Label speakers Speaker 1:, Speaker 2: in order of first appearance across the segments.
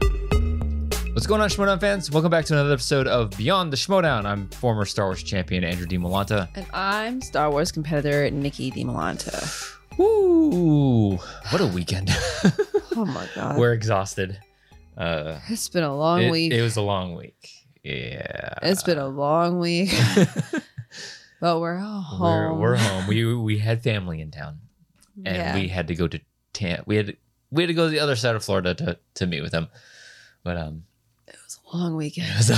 Speaker 1: What's going on, Schmodown fans? Welcome back to another episode of Beyond the Schmodown. I'm former Star Wars champion Andrew D. Malanta.
Speaker 2: And I'm Star Wars competitor Nikki DiMolanta.
Speaker 1: Woo! What a weekend.
Speaker 2: Oh my god.
Speaker 1: We're exhausted. Uh,
Speaker 2: it's been a long
Speaker 1: it,
Speaker 2: week.
Speaker 1: it was a long week. Yeah.
Speaker 2: it's been a long week. but we're all
Speaker 1: we're,
Speaker 2: home.
Speaker 1: we're home. We we had family in town, and
Speaker 2: yeah.
Speaker 1: we had to go to Tam. We had we had to go to the other side of Florida to to meet with them. But um,
Speaker 2: it was a long
Speaker 1: it
Speaker 2: weekend.
Speaker 1: was,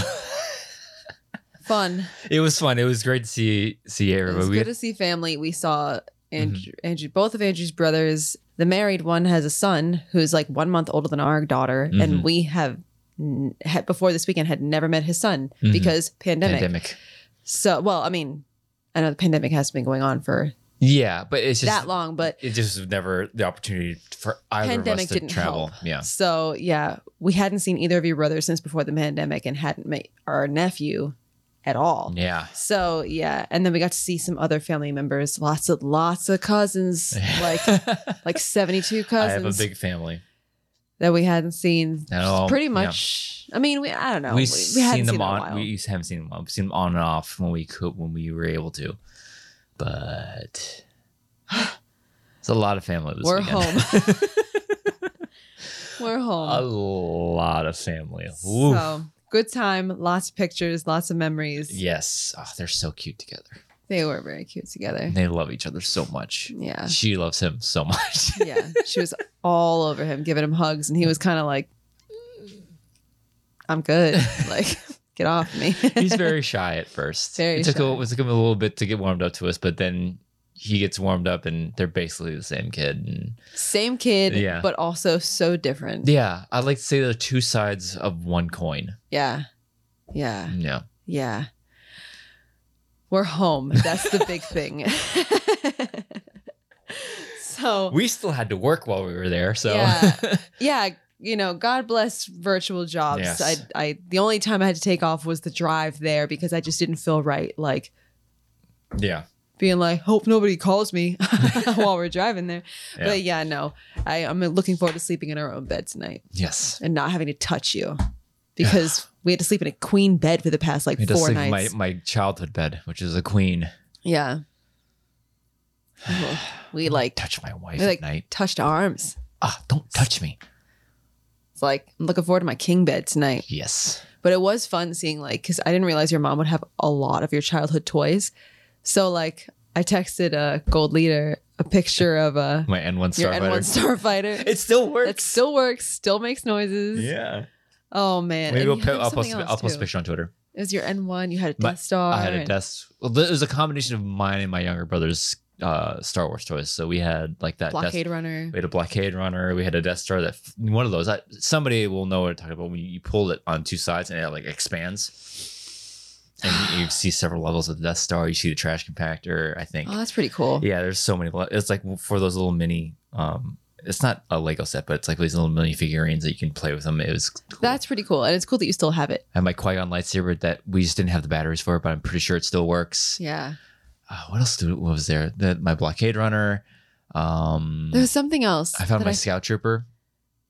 Speaker 2: Fun.
Speaker 1: it was fun. It was great to see see
Speaker 2: It
Speaker 1: everybody.
Speaker 2: was
Speaker 1: We Mm-hmm. had-
Speaker 2: good to see family. We saw Andrew, Andrew both of Andrew's brothers. The married one has a son who's like one month older than our daughter,
Speaker 1: Mhm.
Speaker 2: and we have n- had, before this weekend had never met his son
Speaker 1: Mhm.
Speaker 2: because pandemic.
Speaker 1: pandemic.
Speaker 2: So, well, I mean, I know the pandemic has been going on for
Speaker 1: Yeah, but it's just
Speaker 2: that long, but
Speaker 1: it just was never the opportunity for either of us
Speaker 2: Pandemic
Speaker 1: to
Speaker 2: didn't
Speaker 1: travel.
Speaker 2: help.
Speaker 1: Yeah.
Speaker 2: So yeah, we hadn't seen either of your brothers since before the pandemic and hadn't met our nephew at all.
Speaker 1: Yeah.
Speaker 2: So yeah, and then we got to see some other family members, lots of lots of cousins, like like seventy two
Speaker 1: I
Speaker 2: cousins
Speaker 1: have a big family.
Speaker 2: that we hadn't seen.
Speaker 1: At all,
Speaker 2: Pretty
Speaker 1: yeah.
Speaker 2: much. I mean, we I don't know.
Speaker 1: We've seen
Speaker 2: hadn't
Speaker 1: them
Speaker 2: in a
Speaker 1: on.
Speaker 2: while.
Speaker 1: We used to haven't seen them on. We've seen them on and off when we could, when we were able to. But it's a lot of family this
Speaker 2: We're
Speaker 1: weekend.
Speaker 2: home. We're
Speaker 1: a
Speaker 2: home.
Speaker 1: lot of family. Ooh.
Speaker 2: So good time, lots of pictures, lots of memories.
Speaker 1: yes, oh, they're so cute together.
Speaker 2: They were very cute together.
Speaker 1: They love each other so much.
Speaker 2: eh. Yeah.
Speaker 1: She loves him so much.
Speaker 2: yeah she was all over him giving him hugs and he was kind of like i'm good like get off me
Speaker 1: He's very shy at first.
Speaker 2: Very
Speaker 1: it took
Speaker 2: shy.
Speaker 1: A, it took him a little bit to get warmed up to us, but then he gets warmed up, and they're basically the same kid. And
Speaker 2: same kid
Speaker 1: Yeah.
Speaker 2: but also so different
Speaker 1: yeah, I like to say they're two sides of one coin.
Speaker 2: yeah yeah
Speaker 1: Yeah,
Speaker 2: yeah we're home that's the big thing so
Speaker 1: we still had to work while we were there, so
Speaker 2: Yeah. yeah you know god bless virtual jobs
Speaker 1: Yes.
Speaker 2: i i the only time i had to take off was the drive there because i just didn't feel right like
Speaker 1: yeah.
Speaker 2: being like, hope nobody calls me while we're driving there.
Speaker 1: Yeah.
Speaker 2: But yeah, no, I, I'm looking forward to sleeping in our own bed tonight
Speaker 1: Yes.
Speaker 2: and not having to touch you because we had to sleep in a queen bed for the past like
Speaker 1: I had to
Speaker 2: four
Speaker 1: sleep in my,
Speaker 2: nights.
Speaker 1: my childhood bed, which is a queen.
Speaker 2: yeah. we like,
Speaker 1: Touch my wife
Speaker 2: we like
Speaker 1: at night.
Speaker 2: touched arms.
Speaker 1: Ah, don't touch me.
Speaker 2: It's like, I'm looking forward to my king bed tonight.
Speaker 1: Yes.
Speaker 2: But it was fun seeing like, because I didn't realize your mom would have a lot of your childhood toys. So like, I texted a gold leader a picture of uh,
Speaker 1: My N1
Speaker 2: your
Speaker 1: Starfighter.
Speaker 2: N1 Starfighter.
Speaker 1: it still works.
Speaker 2: That still works, still makes noises.
Speaker 1: yeah.
Speaker 2: Oh man.
Speaker 1: Maybe
Speaker 2: And
Speaker 1: we'll
Speaker 2: you
Speaker 1: put-
Speaker 2: had
Speaker 1: I'll
Speaker 2: something
Speaker 1: post, I'll
Speaker 2: else,
Speaker 1: post a
Speaker 2: too.
Speaker 1: picture on Twitter.
Speaker 2: It was your N1, you had a
Speaker 1: My-
Speaker 2: Death Star.
Speaker 1: I had a
Speaker 2: and-
Speaker 1: desk. Well, th- it was a combination of mine and my younger brother's uh, Star Wars toys. So we had like that.
Speaker 2: blockade
Speaker 1: Death,
Speaker 2: runner.
Speaker 1: we had a blockade runner. We had a Death Star that f- one of those. I, somebody will know what I'm talking about when you pull it on two sides and it like expands. And you, you see several levels of the Death Star. You see the trash compactor. I think.
Speaker 2: Oh, that's pretty cool.
Speaker 1: Yeah, there's so many. le- It's like for those little mini. um It's not a Lego set, but it's like these little mini figurines that you can play with them. It was cool.
Speaker 2: That's pretty cool. And it's cool that you still have it.
Speaker 1: I had my Qui Gon lightsaber that we just didn't have the batteries for, but I'm pretty sure it still works.
Speaker 2: Yeah.
Speaker 1: Uh, what else did, what was there? The, my blockade runner. Um,
Speaker 2: There was something else.
Speaker 1: I found
Speaker 2: that
Speaker 1: my scout trooper.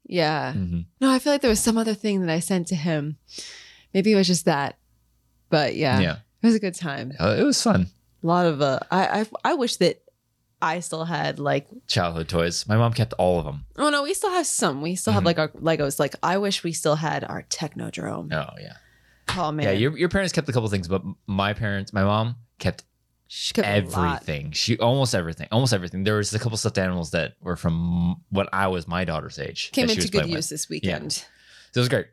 Speaker 2: Yeah.
Speaker 1: Mhm.
Speaker 2: No, I feel like there was some other thing that I sent to him. Maybe it was just that. But yeah,
Speaker 1: Yeah,
Speaker 2: it was a good time.
Speaker 1: Uh, it was fun.
Speaker 2: A lot of uh I I, I wish that I still had like
Speaker 1: Childhood toys. My mom kept all of them.
Speaker 2: oh no we still have some we still
Speaker 1: Mhm.
Speaker 2: have like our Legos like I wish we still had our Technodrome
Speaker 1: Oh yeah,
Speaker 2: oh man
Speaker 1: yeah. Your, your parents kept a couple things, but my parents, my mom kept
Speaker 2: She kept a lot.
Speaker 1: everything. She almost everything, almost everything. There was a couple stuffed animals that were from when I was my daughter's age.
Speaker 2: came
Speaker 1: that she
Speaker 2: into
Speaker 1: was
Speaker 2: good
Speaker 1: playing with.
Speaker 2: use this weekend.
Speaker 1: So it was great,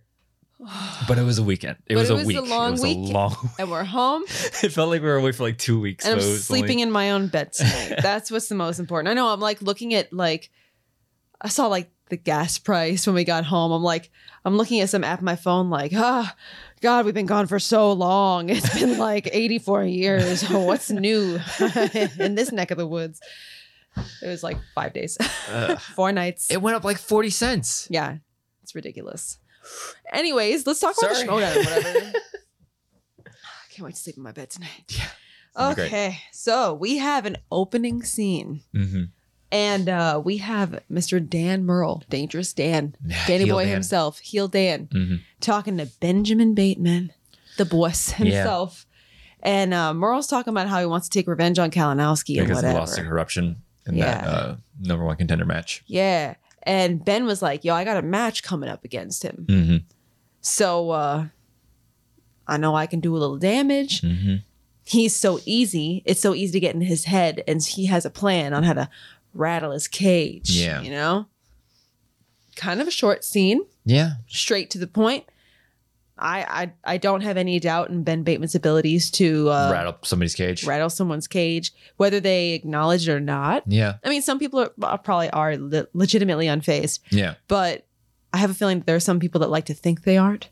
Speaker 1: but it was a weekend. It
Speaker 2: But
Speaker 1: was
Speaker 2: it
Speaker 1: a
Speaker 2: was a
Speaker 1: week.
Speaker 2: long
Speaker 1: it was
Speaker 2: week.
Speaker 1: a long.
Speaker 2: and we're home,
Speaker 1: it felt like we were away for like two weeks.
Speaker 2: and I'm
Speaker 1: but it was only-
Speaker 2: sleeping in my own bed tonight. That's what's the most important. I know I'm like looking at like I saw like the gas price when we got home. I'm like I'm looking at some app on my phone like, "Ah, god, we've been gone for so long. It's been like 84 years. Oh, what's new in this neck of the woods?" It was like 5 days.
Speaker 1: Ugh.
Speaker 2: 4 nights.
Speaker 1: it went up like forty cents.
Speaker 2: yeah. It's ridiculous. Anyways, let's talk
Speaker 1: Sorry.
Speaker 2: about the showdown, whatever. I can't wait to sleep in my bed tonight.
Speaker 1: Yeah. It'll be great.
Speaker 2: Okay. So we have an opening scene.
Speaker 1: Mm-hmm.
Speaker 2: And uh, we have Mr. Dan Merle, Dangerous Dan, Danny Boy himself, Heel Dan,
Speaker 1: hmm
Speaker 2: talking to Benjamin Bateman, the boss himself. And uh, Merle's talking about how he wants to take revenge on Kalinowski and
Speaker 1: Because they
Speaker 2: whatever.
Speaker 1: lost to corruption in that
Speaker 2: Yeah.
Speaker 1: uh, number one contender match.
Speaker 2: Yeah. And Ben was like, yo, I got a match coming up against him.
Speaker 1: hmm
Speaker 2: So uh, I know I can do a little damage.
Speaker 1: hmm
Speaker 2: he's so easy. It's so easy to get in his head, and he has a plan on how to rattle his cage.
Speaker 1: Yeah.
Speaker 2: You know? Kind of a short scene,
Speaker 1: Yeah.
Speaker 2: straight to the point. I I, I don't have any doubt in Ben Bateman's abilities to uh, rattle.
Speaker 1: rattle somebody's cage.
Speaker 2: someone's cage, whether they acknowledge it or not.
Speaker 1: Yeah.
Speaker 2: I mean, some people are, uh, probably are le- legitimately unfazed,
Speaker 1: Yeah.
Speaker 2: but I have a feeling that there are some people that like to think they aren't,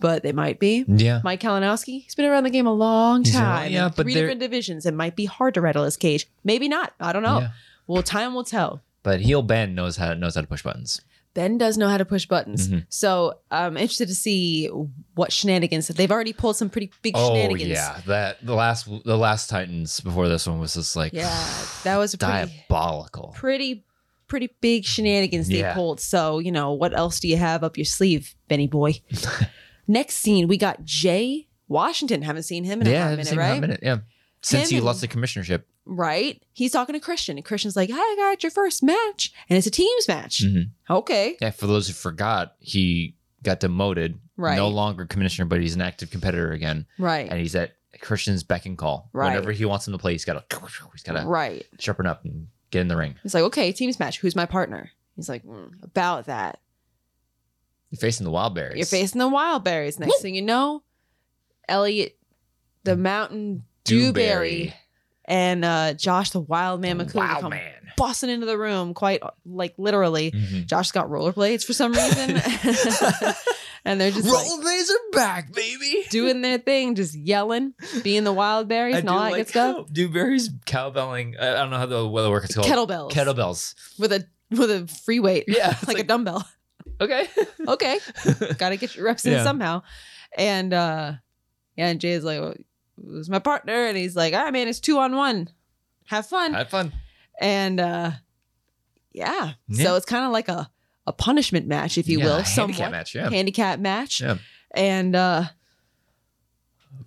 Speaker 2: but they might be.
Speaker 1: Yeah.
Speaker 2: Mike Kalinowski, he's been around the game a long
Speaker 1: He's been around-
Speaker 2: time.
Speaker 1: yeah,
Speaker 2: in
Speaker 1: but
Speaker 2: three
Speaker 1: there-
Speaker 2: different divisions. It might be hard to rattle his cage. Maybe not. I don't know.
Speaker 1: Yeah.
Speaker 2: Well, time will tell.
Speaker 1: But heel Ben knows how knows how to push buttons.
Speaker 2: Ben does know how to push buttons.
Speaker 1: Mhm.
Speaker 2: So I'm interested to see what shenanigans. They've already pulled some pretty big
Speaker 1: Oh
Speaker 2: shenanigans.
Speaker 1: yeah, that the last the last Titans before this one was just like
Speaker 2: Yeah, That was a pretty,
Speaker 1: diabolical.
Speaker 2: pretty, pretty big shenanigans they
Speaker 1: Yeah.
Speaker 2: pulled. So, you know, what else do you have up your sleeve, Benny boy? Next scene, we got Jay Washington. Haven't seen him in
Speaker 1: yeah,
Speaker 2: a hot
Speaker 1: haven't
Speaker 2: minute,
Speaker 1: seen him in a
Speaker 2: right?
Speaker 1: minute. Yeah, since he
Speaker 2: and-
Speaker 1: lost the commissionership.
Speaker 2: right? He's talking to Christian, and Christian's like, "I got your first match, and it's a teams match."
Speaker 1: Mhm.
Speaker 2: Okay,
Speaker 1: Yeah, for those who forgot, he got demoted.
Speaker 2: Right.
Speaker 1: No longer commissioner, but he's an active competitor again,
Speaker 2: right,
Speaker 1: and he's at Christian's beck and call.
Speaker 2: Right.
Speaker 1: Whenever he wants him to play, he's got to he's got to
Speaker 2: right.
Speaker 1: sharpen up and get in the ring.
Speaker 2: He's like, "Okay, teams match. Who's my partner?" He's like, "Mm, "About that,
Speaker 1: You're facing the wild bears.
Speaker 2: you're facing the wild berries." Next thing you know, Elliot,
Speaker 1: Mm.
Speaker 2: the mountain dewberry, and uh, Josh, the wild man
Speaker 1: Dewberry.
Speaker 2: McCool,
Speaker 1: Wild
Speaker 2: come
Speaker 1: man.
Speaker 2: busting into the room, quite like literally.
Speaker 1: Mhm.
Speaker 2: Josh got rollerblades for some reason, and they're
Speaker 1: Mm-hmm.
Speaker 2: just like,
Speaker 1: blades are back, baby.
Speaker 2: doing their thing, just yelling, being the wild berries and all that good stuff.
Speaker 1: how Dewberry's cowbelling. I I don't know how the weather work is called.
Speaker 2: kettlebells
Speaker 1: Kettlebells.
Speaker 2: with a with a free weight
Speaker 1: Yeah.
Speaker 2: It's
Speaker 1: it's
Speaker 2: like, a dumbbell
Speaker 1: okay.
Speaker 2: okay gotta get your reps
Speaker 1: Yeah.
Speaker 2: in somehow and uh yeah and jay's like well, who's my partner and he's like all right man it's two on one have fun
Speaker 1: Have fun.
Speaker 2: and uh yeah,
Speaker 1: Yeah.
Speaker 2: so it's kind of like a a punishment match if you
Speaker 1: Yeah,
Speaker 2: will
Speaker 1: a
Speaker 2: somewhat
Speaker 1: handicap match. Yeah.
Speaker 2: handicap match
Speaker 1: Yeah.
Speaker 2: and uh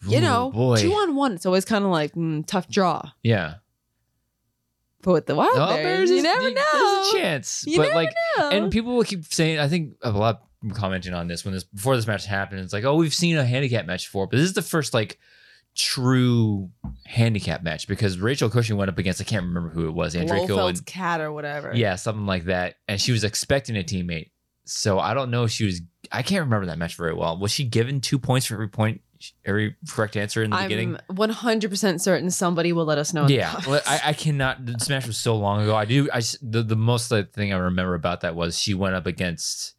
Speaker 2: you
Speaker 1: Ooh,
Speaker 2: know
Speaker 1: boy.
Speaker 2: two on one it's always kind of like mm, tough draw
Speaker 1: yeah.
Speaker 2: but with the wild
Speaker 1: Oh,
Speaker 2: berries, you
Speaker 1: is-
Speaker 2: never know
Speaker 1: There's a chance,
Speaker 2: You
Speaker 1: but
Speaker 2: never
Speaker 1: like,
Speaker 2: know.
Speaker 1: and people will keep saying. I think a lot of people commenting on this when this before this match happened. It's like, oh, we've seen a handicap match before, but this is the first like true handicap match because Rachel Cushing went up against I can't remember who it was, Andrico
Speaker 2: Blofeld's
Speaker 1: and
Speaker 2: cat or whatever.
Speaker 1: Yeah, something like that. And she was expecting a teammate. So I don't know if she was. I can't remember that match very well. Was she given two points for every point, every correct answer in the beginning?
Speaker 2: I'm 100 percent certain somebody will let us know. in the
Speaker 1: Yeah, well,
Speaker 2: comments.
Speaker 1: I, I cannot. The smash was so long ago. I do. I s- the, the most uh, thing I remember about that was she went up against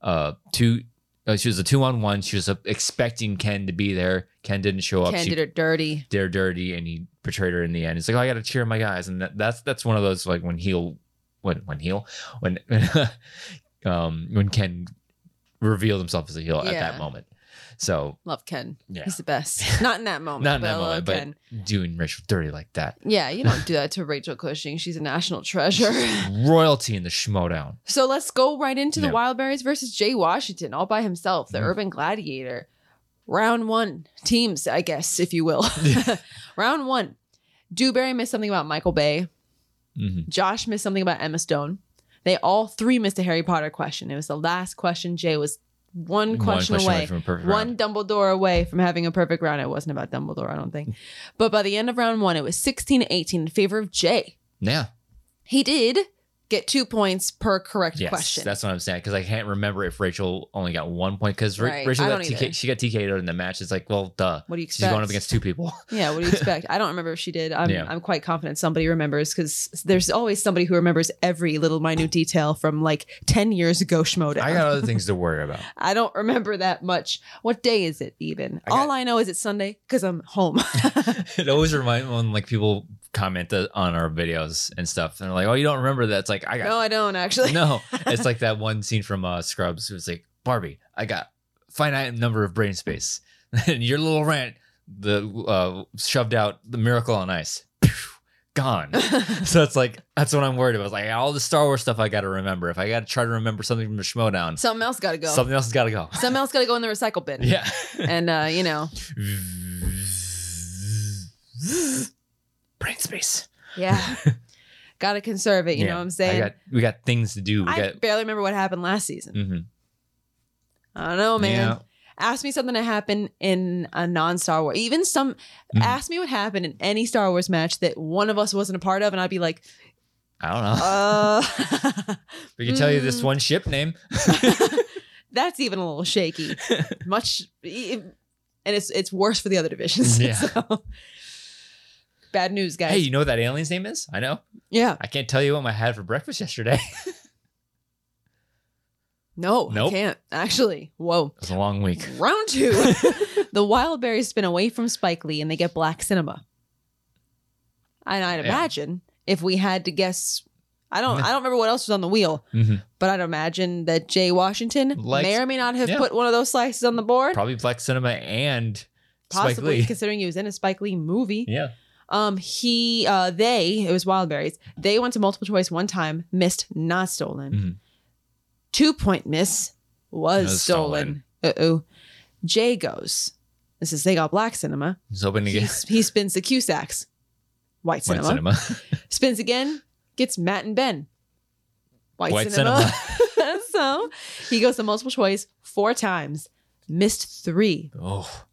Speaker 1: uh two. Uh, she was a two on one. She was uh, expecting Ken to be there. Ken didn't show up.
Speaker 2: Ken
Speaker 1: She
Speaker 2: did her dirty.
Speaker 1: they're dirty and he betrayed her in the end. It's like, oh, I gotta cheer my guys. And that, that's that's one of those like when heel when when heel when um when Ken revealed himself as a heel at
Speaker 2: Yeah.
Speaker 1: that moment. So
Speaker 2: Love Ken.
Speaker 1: yeah.
Speaker 2: He's the best. Not in that moment.
Speaker 1: Not in
Speaker 2: but
Speaker 1: that
Speaker 2: I love
Speaker 1: moment, but-
Speaker 2: Ken.
Speaker 1: Doing Rachel dirty like that.
Speaker 2: yeah, you don't do that to Rachel Cushing. She's a national treasure.
Speaker 1: Royalty in the schmodown.
Speaker 2: so let's go right into the
Speaker 1: Yeah.
Speaker 2: Wild Berries versus Jay Washington, all by himself, the
Speaker 1: Mhm.
Speaker 2: Urban Gladiator. Round one teams, I guess, if you will. Round one. Dewberry missed something about Michael Bay.
Speaker 1: hmm
Speaker 2: Josh missed something about Emma Stone. They all three missed a Harry Potter question. It was the last question. Jay was one question, away,
Speaker 1: from a perfect
Speaker 2: one Dumbledore away from having a perfect round. It wasn't about Dumbledore, I don't think. But by the end of round one, it was 16 to 18 in favor of Jay.
Speaker 1: Yeah.
Speaker 2: He did get two points per correct
Speaker 1: Yes.
Speaker 2: question.
Speaker 1: That's what I'm saying. Because I can't remember if Rachel only got one point. Because
Speaker 2: Right.
Speaker 1: Rachel
Speaker 2: I
Speaker 1: got
Speaker 2: don't either.
Speaker 1: TK, she got TK'd out in the match. It's like, well, duh.
Speaker 2: what do you
Speaker 1: She's
Speaker 2: expect?
Speaker 1: going up against two people.
Speaker 2: yeah, what do you expect? I don't remember if she did. I'm,
Speaker 1: Yeah.
Speaker 2: I'm quite confident somebody remembers because there's always somebody who remembers every little minute detail from like 10 years ago, Schmodown.
Speaker 1: I uh, got other things to worry about.
Speaker 2: I don't remember that much. What day is it even?
Speaker 1: I got-
Speaker 2: All I know is it's Sunday because I'm home.
Speaker 1: it always reminds me when like people comment that on our videos and stuff and they're like oh you don't remember that it's like i
Speaker 2: no,
Speaker 1: got
Speaker 2: I don't actually.
Speaker 1: no it's like that one scene from uh scrubs who's like barbie i got finite number of brain space and your little rant the uh shoved out the miracle on ice Phew. gone. so it's like that's what I'm worried about. It's like all the Star Wars stuff I got to remember. If I got to try to remember something from the Schmodown,
Speaker 2: Something else got to go.
Speaker 1: something else has got to go.
Speaker 2: Something else got to go in the recycle bin.
Speaker 1: yeah.
Speaker 2: And uh, you know,
Speaker 1: Brain space.
Speaker 2: yeah, got to conserve it. You know what I'm saying?
Speaker 1: I got, we got things to do. We
Speaker 2: I
Speaker 1: got.
Speaker 2: barely remember what happened last season.
Speaker 1: Mhm.
Speaker 2: I don't know, Oh, man.
Speaker 1: Yeah.
Speaker 2: Ask me something that happened in a non Star Wars. Even some
Speaker 1: Mhm.
Speaker 2: ask me what happened in any Star Wars match that one of us wasn't a part of, and I'd be like,
Speaker 1: I don't know.
Speaker 2: uh
Speaker 1: we can tell you this
Speaker 2: mm.
Speaker 1: one ship name.
Speaker 2: that's even a little shaky. Much e, and it's it's worse for the other divisions.
Speaker 1: Yeah.
Speaker 2: So, Bad news, guys.
Speaker 1: Hey, you know what that alien's name is? I know.
Speaker 2: yeah.
Speaker 1: I can't tell you what I had for breakfast yesterday.
Speaker 2: No, I
Speaker 1: Nope.
Speaker 2: can't. Actually. Whoa.
Speaker 1: it was a long week.
Speaker 2: Round two. the wild berries spin away from Spike Lee and they get black cinema. And I'd
Speaker 1: Yeah.
Speaker 2: imagine if we had to guess I don't I don't remember what else was on the wheel.
Speaker 1: Mhm.
Speaker 2: But I'd imagine that Jay Washington
Speaker 1: Likes-
Speaker 2: may or may not have
Speaker 1: yeah.
Speaker 2: put one of those slices on the board.
Speaker 1: Probably Black Cinema and Spike
Speaker 2: possibly
Speaker 1: Lee.
Speaker 2: considering he was in a Spike Lee movie.
Speaker 1: Yeah.
Speaker 2: Um, he uh they, it was Wildberries, they went to multiple choice one time, missed, not stolen.
Speaker 1: Mhm.
Speaker 2: Two point miss was,
Speaker 1: Was
Speaker 2: stolen. Uh oh. Jay goes. This is they got black cinema.
Speaker 1: I was hoping to
Speaker 2: He,
Speaker 1: get
Speaker 2: he spins the Cusacks. White
Speaker 1: White
Speaker 2: cinema.
Speaker 1: Cinema.
Speaker 2: Spins again, gets Matt and Ben. White,
Speaker 1: White
Speaker 2: cinema. so he goes to multiple choice four times, missed three.
Speaker 1: Oh,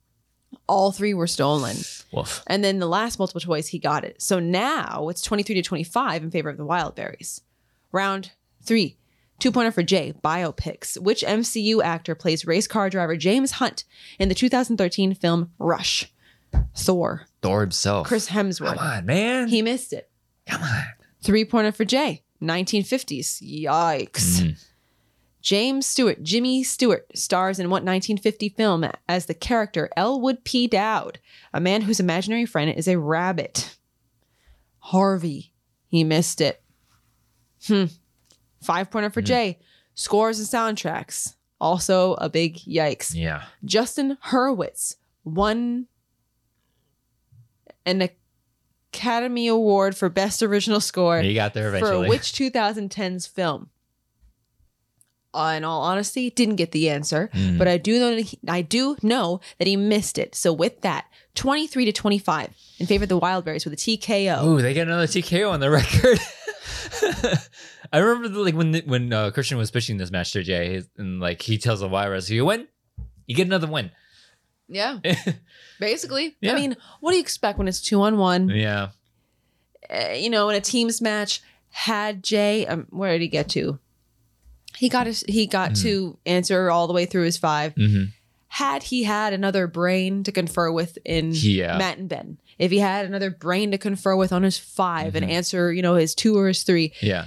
Speaker 2: All three were stolen.
Speaker 1: woof.
Speaker 2: And then the last multiple choice, he got it. So now it's 23 to 25 in favor of the Wild Berries. Round three, two pointer for Jay, biopics. Which MCU actor plays race car driver James Hunt in the 2013 film Rush? Thor,
Speaker 1: Thor himself.
Speaker 2: Chris
Speaker 1: Come
Speaker 2: Hemsworth.
Speaker 1: on, man.
Speaker 2: He missed it.
Speaker 1: Come on.
Speaker 2: Three pointer for Jay, 1950s. Yikes.
Speaker 1: Mm.
Speaker 2: James Stewart, Jimmy Stewart, stars in what 1950 film as the character Elwood P. Dowd, a man whose imaginary friend is a rabbit? Harvey. He missed it. Hmm. Five pointer for Jay. Scores and soundtracks. Also a big yikes.
Speaker 1: Yeah.
Speaker 2: Justin Hurwitz won an Academy Award for Best Original Score
Speaker 1: You got there eventually.
Speaker 2: for which 2010s film? Uh, in all honesty, didn't get the answer,
Speaker 1: Mm.
Speaker 2: but I do know that he, I do know that he missed it. So with that, 23 to 25 in favor of the Wildberries with a TKO.
Speaker 1: Oh, they got another TKO on the record. I remember the, like when the, when uh, Christian was pitching this match to Jay, his- and like he tells the Wyras, "You win, you get another win."
Speaker 2: Yeah, basically.
Speaker 1: Yeah.
Speaker 2: I mean, what do you expect when it's two on one?
Speaker 1: yeah,
Speaker 2: Uh, you know, in a teams match, had Jay, um, where did he get to? He got his, he got
Speaker 1: Mhm.
Speaker 2: to answer all the way through his five.
Speaker 1: hmm
Speaker 2: Had he had another brain to confer with in
Speaker 1: yeah.
Speaker 2: Matt and Ben. If he had another brain to confer with on his 5
Speaker 1: Mhm.
Speaker 2: and answer, you know, his two or his three,
Speaker 1: yeah,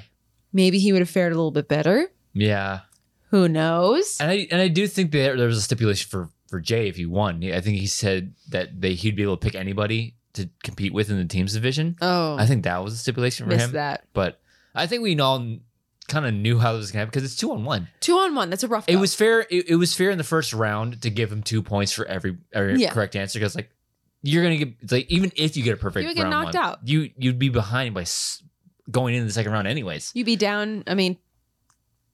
Speaker 2: maybe he would have fared a little bit better.
Speaker 1: yeah,
Speaker 2: Who knows?
Speaker 1: and I and I do think that there was a stipulation for for Jay if he won. I think he said that they he'd be able to pick anybody to compete with in the teams division.
Speaker 2: Oh,
Speaker 1: I think that was a stipulation for
Speaker 2: missed
Speaker 1: him.
Speaker 2: that.
Speaker 1: But I think we all kind of knew how this was gonna happen because it's two on one.
Speaker 2: Two on one. That's a rough.
Speaker 1: It
Speaker 2: go.
Speaker 1: was fair. It, it was fair in the first round to give him two points for every, every
Speaker 2: Yeah.
Speaker 1: correct answer because like you're gonna get it's like even if you get a perfect,
Speaker 2: You would get
Speaker 1: round
Speaker 2: knocked
Speaker 1: one,
Speaker 2: out.
Speaker 1: You you'd be behind by s- going into the second round anyways.
Speaker 2: You'd be down, I mean,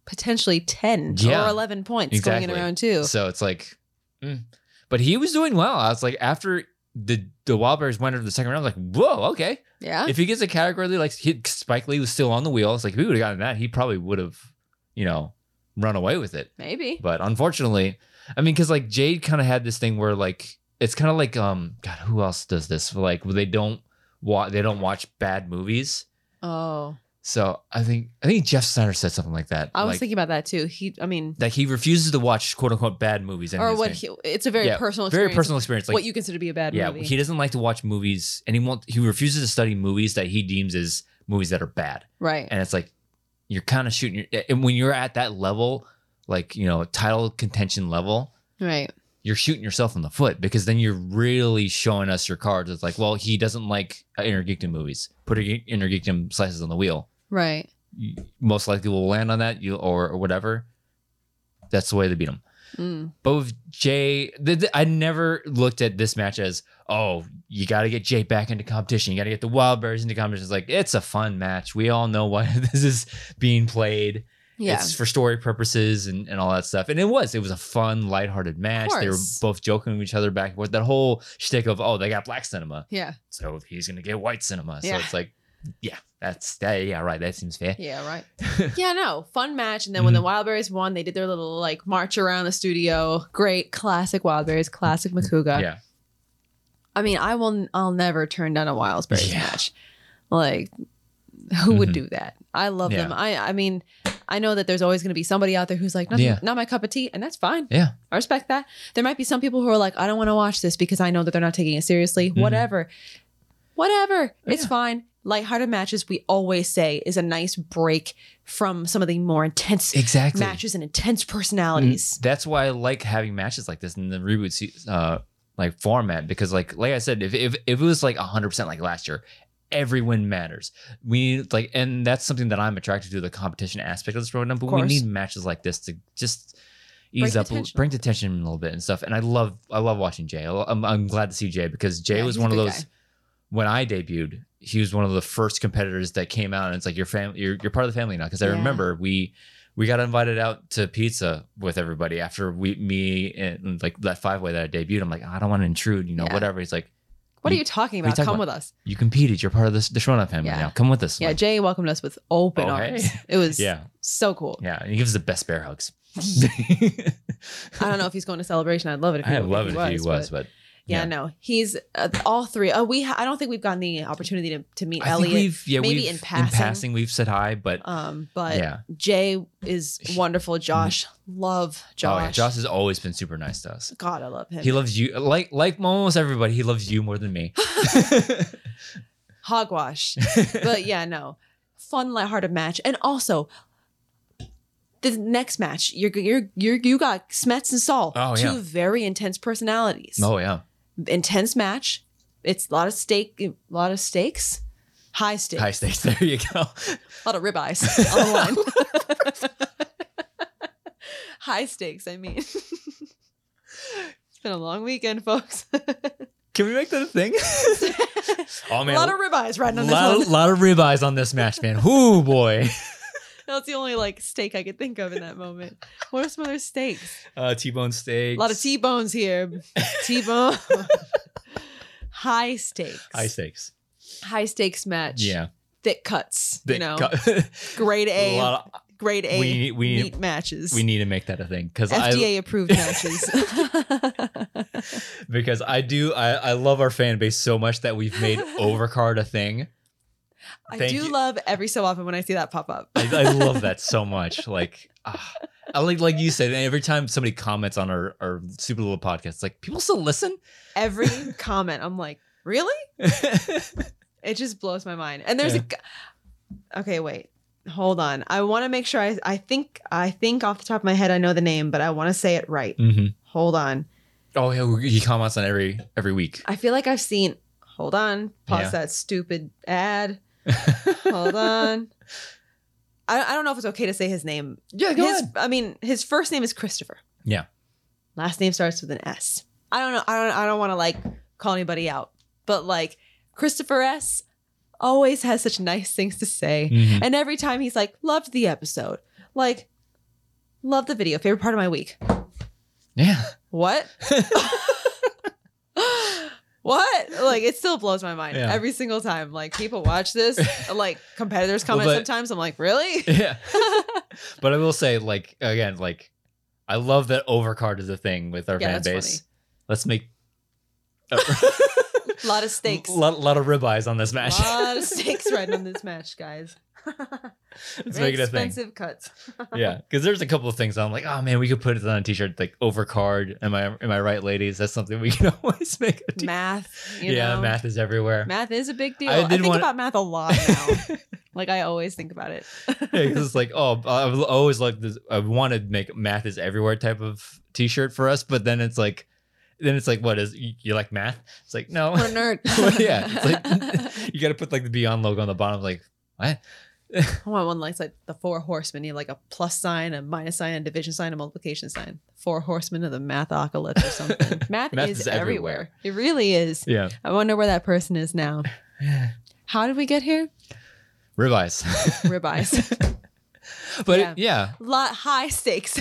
Speaker 2: potentially 10
Speaker 1: Yeah.
Speaker 2: or 11 points going
Speaker 1: Exactly.
Speaker 2: in round two.
Speaker 1: So it's like, mm. but he was doing well. I was like after the the Wild Bears went into the second round, I was like whoa okay.
Speaker 2: Yeah.
Speaker 1: If he gets a category like he, Spike Lee was still on the wheel, it's like if we would have gotten that, he probably would have you know run away with it.
Speaker 2: maybe.
Speaker 1: But unfortunately, I mean, because like Jade kind of had this thing where like it's kind of like um God, who else does this? Like where they don't watch they don't watch bad movies.
Speaker 2: Oh,
Speaker 1: So I think I think Jeff Steiner said something like that.
Speaker 2: I was
Speaker 1: like,
Speaker 2: thinking about that too. He, I mean,
Speaker 1: like he refuses to watch quote unquote bad movies. in
Speaker 2: or
Speaker 1: his
Speaker 2: what
Speaker 1: game.
Speaker 2: he, it's a very
Speaker 1: Yeah,
Speaker 2: personal
Speaker 1: very
Speaker 2: experience.
Speaker 1: personal experience. Like
Speaker 2: what you consider to be a bad
Speaker 1: yeah,
Speaker 2: movie.
Speaker 1: he doesn't like to watch movies, and he won't. He refuses to study movies that he deems as movies that are bad.
Speaker 2: right.
Speaker 1: And it's like you're kind of shooting. Your, and when you're at that level, like you know, title contention level,
Speaker 2: right.
Speaker 1: you're shooting yourself in the foot because then you're really showing us your cards. It's like, well, he doesn't like intergeekdom movies. Put intergeekdom slices on the wheel.
Speaker 2: Right.
Speaker 1: You- Most likely will land on that you or, or whatever. That's the way they beat him.
Speaker 2: Mm.
Speaker 1: But with Jay, th- th- I never looked at this match as, oh, you got to get Jay back into competition. You got to get the Wild Birds into competition. It's like, it's a fun match. We all know why this is being played.
Speaker 2: Yeah.
Speaker 1: It's for story purposes and, and all that stuff. And it was. It was a fun, lighthearted match. They were
Speaker 2: course.
Speaker 1: both joking with each other back and forth. That whole shtick of, oh, they got black cinema.
Speaker 2: yeah.
Speaker 1: So he's going to get white cinema. So
Speaker 2: Yeah.
Speaker 1: it's like, yeah, that's, that, yeah, right. That seems fair.
Speaker 2: Yeah, right. yeah, no, fun match. And then when the Wildberries won, they did their little like march around the studio. Great, classic Wildberries, classic Makuga.
Speaker 1: Yeah.
Speaker 2: I mean, I will, I'll never turn down a Wildberries
Speaker 1: Yeah.
Speaker 2: match. Like, who would
Speaker 1: Mhm.
Speaker 2: do that? I love them.
Speaker 1: Yeah.
Speaker 2: I, I mean, I know that there's always going to be somebody out there who's like, "Nothing-
Speaker 1: Yeah.
Speaker 2: not my cup of tea, and that's fine.
Speaker 1: Yeah.
Speaker 2: I respect that. There might be some people who are like, I don't want to watch this because I know that they're not taking it seriously.
Speaker 1: Mhm.
Speaker 2: Whatever. Whatever. It's
Speaker 1: Yeah.
Speaker 2: fine. Lighthearted matches, we always say, is a nice break from some of the more intense
Speaker 1: Exactly. Mm.
Speaker 2: matches and intense personalities.
Speaker 1: That's why I like having matches like this in the reboot se- uh, like format because like like I said, if if, if it was like hundred percent like last year, every win matters. We need like and that's something that I'm attracted to the competition aspect of this program. But we
Speaker 2: course.
Speaker 1: need matches like this to just ease
Speaker 2: Break the
Speaker 1: up, a li-
Speaker 2: tension.
Speaker 1: bring the tension a little bit and stuff. And I love I love watching Jay. I lo- I'm, I'm glad to see Jay because Jay
Speaker 2: Yeah,
Speaker 1: was
Speaker 2: he's a
Speaker 1: one of
Speaker 2: good
Speaker 1: those
Speaker 2: guy.
Speaker 1: when I debuted. He was one of the first competitors that came out, and it's like your family, you're, you're part of the family now. Because I
Speaker 2: Yeah.
Speaker 1: remember we we got invited out to pizza with everybody after we me and like that five way that I debuted. I'm like, I don't want to intrude, you know,
Speaker 2: Yeah.
Speaker 1: whatever. He's like,
Speaker 2: What are
Speaker 1: You-
Speaker 2: you talking
Speaker 1: what are you
Speaker 2: about?
Speaker 1: talking
Speaker 2: Come
Speaker 1: about?
Speaker 2: with us.
Speaker 1: you competed. You're part of this the Shrona family
Speaker 2: Yeah.
Speaker 1: now. Come with us. I'm
Speaker 2: Yeah,
Speaker 1: like,
Speaker 2: Jay welcomed us with open
Speaker 1: Oh, hey.
Speaker 2: arms. It was
Speaker 1: yeah,
Speaker 2: so cool.
Speaker 1: yeah. And he gives the best bear hugs.
Speaker 2: I don't know if he's going to celebration. I'd love it if he,
Speaker 1: I love it if he
Speaker 2: but-
Speaker 1: was, but
Speaker 2: yeah,
Speaker 1: yeah.
Speaker 2: no, he's uh, all three. Uh, we ha- I don't think we've gotten the opportunity to, to meet
Speaker 1: I think
Speaker 2: Elliot.
Speaker 1: we've yeah
Speaker 2: maybe
Speaker 1: we've,
Speaker 2: in passing.
Speaker 1: we've said hi, but
Speaker 2: um, but
Speaker 1: yeah. mm-hmm.
Speaker 2: Jay is wonderful. Josh, love Josh.
Speaker 1: Oh, yeah. Josh has always been super nice to us.
Speaker 2: God, I love him.
Speaker 1: He loves you like like almost everybody. He loves you more than me.
Speaker 2: Hogwash. but yeah, no, fun, lighthearted match, and also the next match, you're you're you're you got Smets and Saul,
Speaker 1: Oh,
Speaker 2: two
Speaker 1: yeah.
Speaker 2: very intense personalities.
Speaker 1: oh yeah,
Speaker 2: Intense match. It's a lot of stake, a lot of stakes, high stakes,
Speaker 1: high stakes. There you go.
Speaker 2: a lot of ribeyes on the line. high stakes. I mean. It's been a long weekend, folks.
Speaker 1: Can we make that a thing? oh man,
Speaker 2: a lot of ribeyes riding on this
Speaker 1: lot,
Speaker 2: one.
Speaker 1: lot of ribeyes on this match, man. Whoo boy.
Speaker 2: That's the only like steak I could think of in that moment. What are some other steaks?
Speaker 1: Uh, T-bone steak.
Speaker 2: A lot of T-bones here. T-bone. High stakes.
Speaker 1: High stakes.
Speaker 2: High stakes match.
Speaker 1: Yeah.
Speaker 2: Thick cuts.
Speaker 1: They
Speaker 2: you know,
Speaker 1: cut-
Speaker 2: grade
Speaker 1: a
Speaker 2: A,
Speaker 1: lot of-
Speaker 2: grade A
Speaker 1: we need- we need-
Speaker 2: meat matches.
Speaker 1: we need to make that a thing because I
Speaker 2: FDA approved matches.
Speaker 1: because I do I, I love our fan base so much that we've made overcard a thing.
Speaker 2: I
Speaker 1: Thank
Speaker 2: do
Speaker 1: you.
Speaker 2: love every so often when I see that pop up.
Speaker 1: I, I love that so much. Like, ah, I like like you said, every time somebody comments on our, our super little podcast, it's like people still listen.
Speaker 2: every comment. I'm like, really?
Speaker 1: Mm-hmm.
Speaker 2: It just blows my mind. And there's a
Speaker 1: Yeah.
Speaker 2: g a okay, wait, hold on. I want to make sure I I think I think off the top of my head I know the name, but I want to say it right.
Speaker 1: hmm
Speaker 2: Hold on.
Speaker 1: Oh yeah, we- he comments on every every week.
Speaker 2: I feel like I've seen. Hold on. Pause
Speaker 1: Yeah.
Speaker 2: that stupid ad. Hold on. I, I don't know if it's okay to say his name.
Speaker 1: Yeah,
Speaker 2: His, I mean, his first name is Christopher.
Speaker 1: Yeah.
Speaker 2: Last name starts with an S. I don't know. I don't. I don't want to like call anybody out, but like Christopher S. always has such nice things to say.
Speaker 1: Mhm.
Speaker 2: And every time he's like, loved the episode. Like, loved the video. Favorite part of my week.
Speaker 1: Yeah.
Speaker 2: What? what? Like, it still blows my mind
Speaker 1: Yeah.
Speaker 2: every single time. Like, people watch this. like, competitors comment
Speaker 1: but-
Speaker 2: sometimes. I'm like, really?
Speaker 1: Yeah. but I will say, like, again, like, I love that overcard is a thing with our
Speaker 2: Yeah,
Speaker 1: fan
Speaker 2: that's
Speaker 1: base.
Speaker 2: funny.
Speaker 1: Let's make a
Speaker 2: A lot of stakes. A
Speaker 1: lot, lot of ribeyes on this match.
Speaker 2: lot of stakes riding on this match, guys.
Speaker 1: Let's
Speaker 2: Very
Speaker 1: make it a thing.
Speaker 2: expensive cuts.
Speaker 1: Yeah, because there's a couple of things I'm like, oh man, we could put it on a t-shirt, like overcard. Am I am I right, ladies? That's something we can always make. A t-
Speaker 2: math. You
Speaker 1: yeah,
Speaker 2: know?
Speaker 1: math is everywhere.
Speaker 2: Math is a big deal.
Speaker 1: I
Speaker 2: I,
Speaker 1: did
Speaker 2: think
Speaker 1: wanna-
Speaker 2: about math a lot now. like, I always think about it.
Speaker 1: Yeah, 'cause it's like, oh, I've always liked this. I want to make math is everywhere type of t-shirt for us, but then it's like, then it's like, what is you, you like math? It's like no.
Speaker 2: What a nerd.
Speaker 1: Well, yeah, it's like you got to put like the Beyond logo on the bottom. Like what?
Speaker 2: I want one like, like the four horsemen. You have like a plus sign, a minus sign, a division sign, a multiplication sign. Four horsemen of the mathocalypse or something. Math,
Speaker 1: Math
Speaker 2: is,
Speaker 1: is
Speaker 2: everywhere.
Speaker 1: everywhere.
Speaker 2: It really is.
Speaker 1: Yeah.
Speaker 2: I wonder where that person is now. How did we get here?
Speaker 1: Ribeyes.
Speaker 2: Ribeyes.
Speaker 1: but
Speaker 2: Yeah.
Speaker 1: yeah. yeah.
Speaker 2: lot high stakes.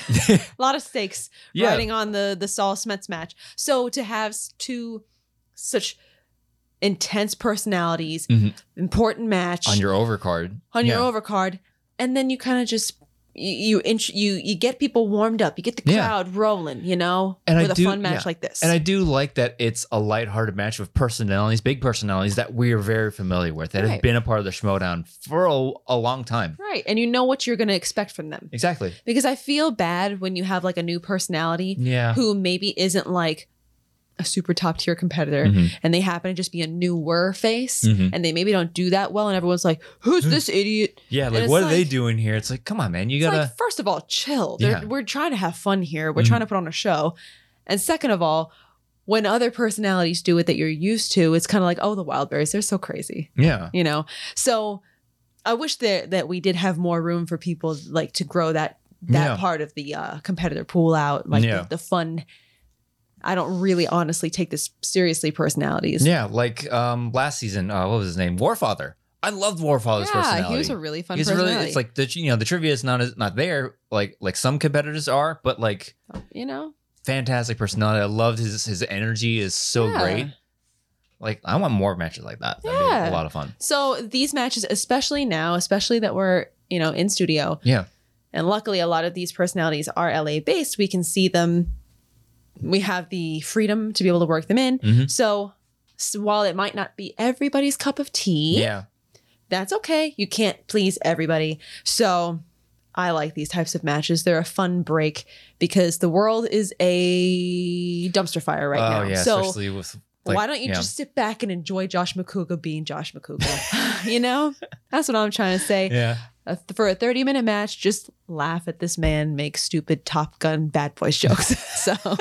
Speaker 2: lot of stakes
Speaker 1: Yeah.
Speaker 2: riding on the the Saul Smets match. So to have s- two such intense personalities,
Speaker 1: Mhm.
Speaker 2: important match
Speaker 1: On your overcard.
Speaker 2: on your
Speaker 1: Yeah.
Speaker 2: overcard, and then you kind of just you you, int- you you get people warmed up, you get the
Speaker 1: Yeah.
Speaker 2: crowd rolling, you know,
Speaker 1: And I
Speaker 2: with a
Speaker 1: do-
Speaker 2: fun match
Speaker 1: yeah.
Speaker 2: like this.
Speaker 1: And I do like that it's a lighthearted match with personalities, big personalities that we are very familiar with, that
Speaker 2: Right.
Speaker 1: have been a part of the Schmodown for a, a long time.
Speaker 2: right, and you know what you're going to expect from them
Speaker 1: Exactly.
Speaker 2: because I feel bad when you have like a new personality
Speaker 1: Yeah.
Speaker 2: who maybe isn't like a super top tier competitor
Speaker 1: Mhm.
Speaker 2: and they happen to just be a newer face
Speaker 1: Mhm.
Speaker 2: and they maybe don't do that well and everyone's like who's this idiot
Speaker 1: Yeah.
Speaker 2: And
Speaker 1: Like,
Speaker 2: it's
Speaker 1: what are they
Speaker 2: like-
Speaker 1: doing here? It's like, come on, man. Mm. You
Speaker 2: it's
Speaker 1: gotta.
Speaker 2: like first of all chill They're
Speaker 1: Yeah.
Speaker 2: we're trying to have fun here we're
Speaker 1: Mhm.
Speaker 2: trying to put on a show and second of all when other personalities do it that you're used to it's kind of like oh the wildberries they're so crazy
Speaker 1: yeah.
Speaker 2: you know so i wish that that we did have more room for people like to grow that that
Speaker 1: Yeah.
Speaker 2: part of the uh, competitor pool out like
Speaker 1: Yeah.
Speaker 2: the, the fun i don't really honestly take this seriously personalities
Speaker 1: Yeah. Like um last season, uh, what was his name? Warfather. I loved Warfather's
Speaker 2: yeah
Speaker 1: personality.
Speaker 2: he was a really fun
Speaker 1: He's
Speaker 2: personality
Speaker 1: really. It's like the you know the trivia is not as not there like like some competitors are, but like
Speaker 2: you know
Speaker 1: fantastic personality. I loved his his energy is so
Speaker 2: Yeah.
Speaker 1: great. Like I want more matches like that. That'd
Speaker 2: Yeah.
Speaker 1: be a lot of fun.
Speaker 2: so these matches especially now especially that we're you know in studio
Speaker 1: Yeah.
Speaker 2: and luckily a lot of these personalities are la based we can see them we have the freedom to be able to work them in
Speaker 1: Mhm.
Speaker 2: so, s while it might not be everybody's cup of tea
Speaker 1: Yeah.
Speaker 2: that's okay you can't please everybody so i like these types of matches they're a fun break because the world is a dumpster fire right
Speaker 1: oh
Speaker 2: now
Speaker 1: yeah.
Speaker 2: so
Speaker 1: especially with. like,
Speaker 2: Why don't you
Speaker 1: yeah.
Speaker 2: just sit back and enjoy Josh McCouga being Josh McCouga? you know, that's what I'm trying to say.
Speaker 1: Yeah.
Speaker 2: Uh, for a 30 minute match, just laugh at this man make stupid Top Gun bad boys jokes. so,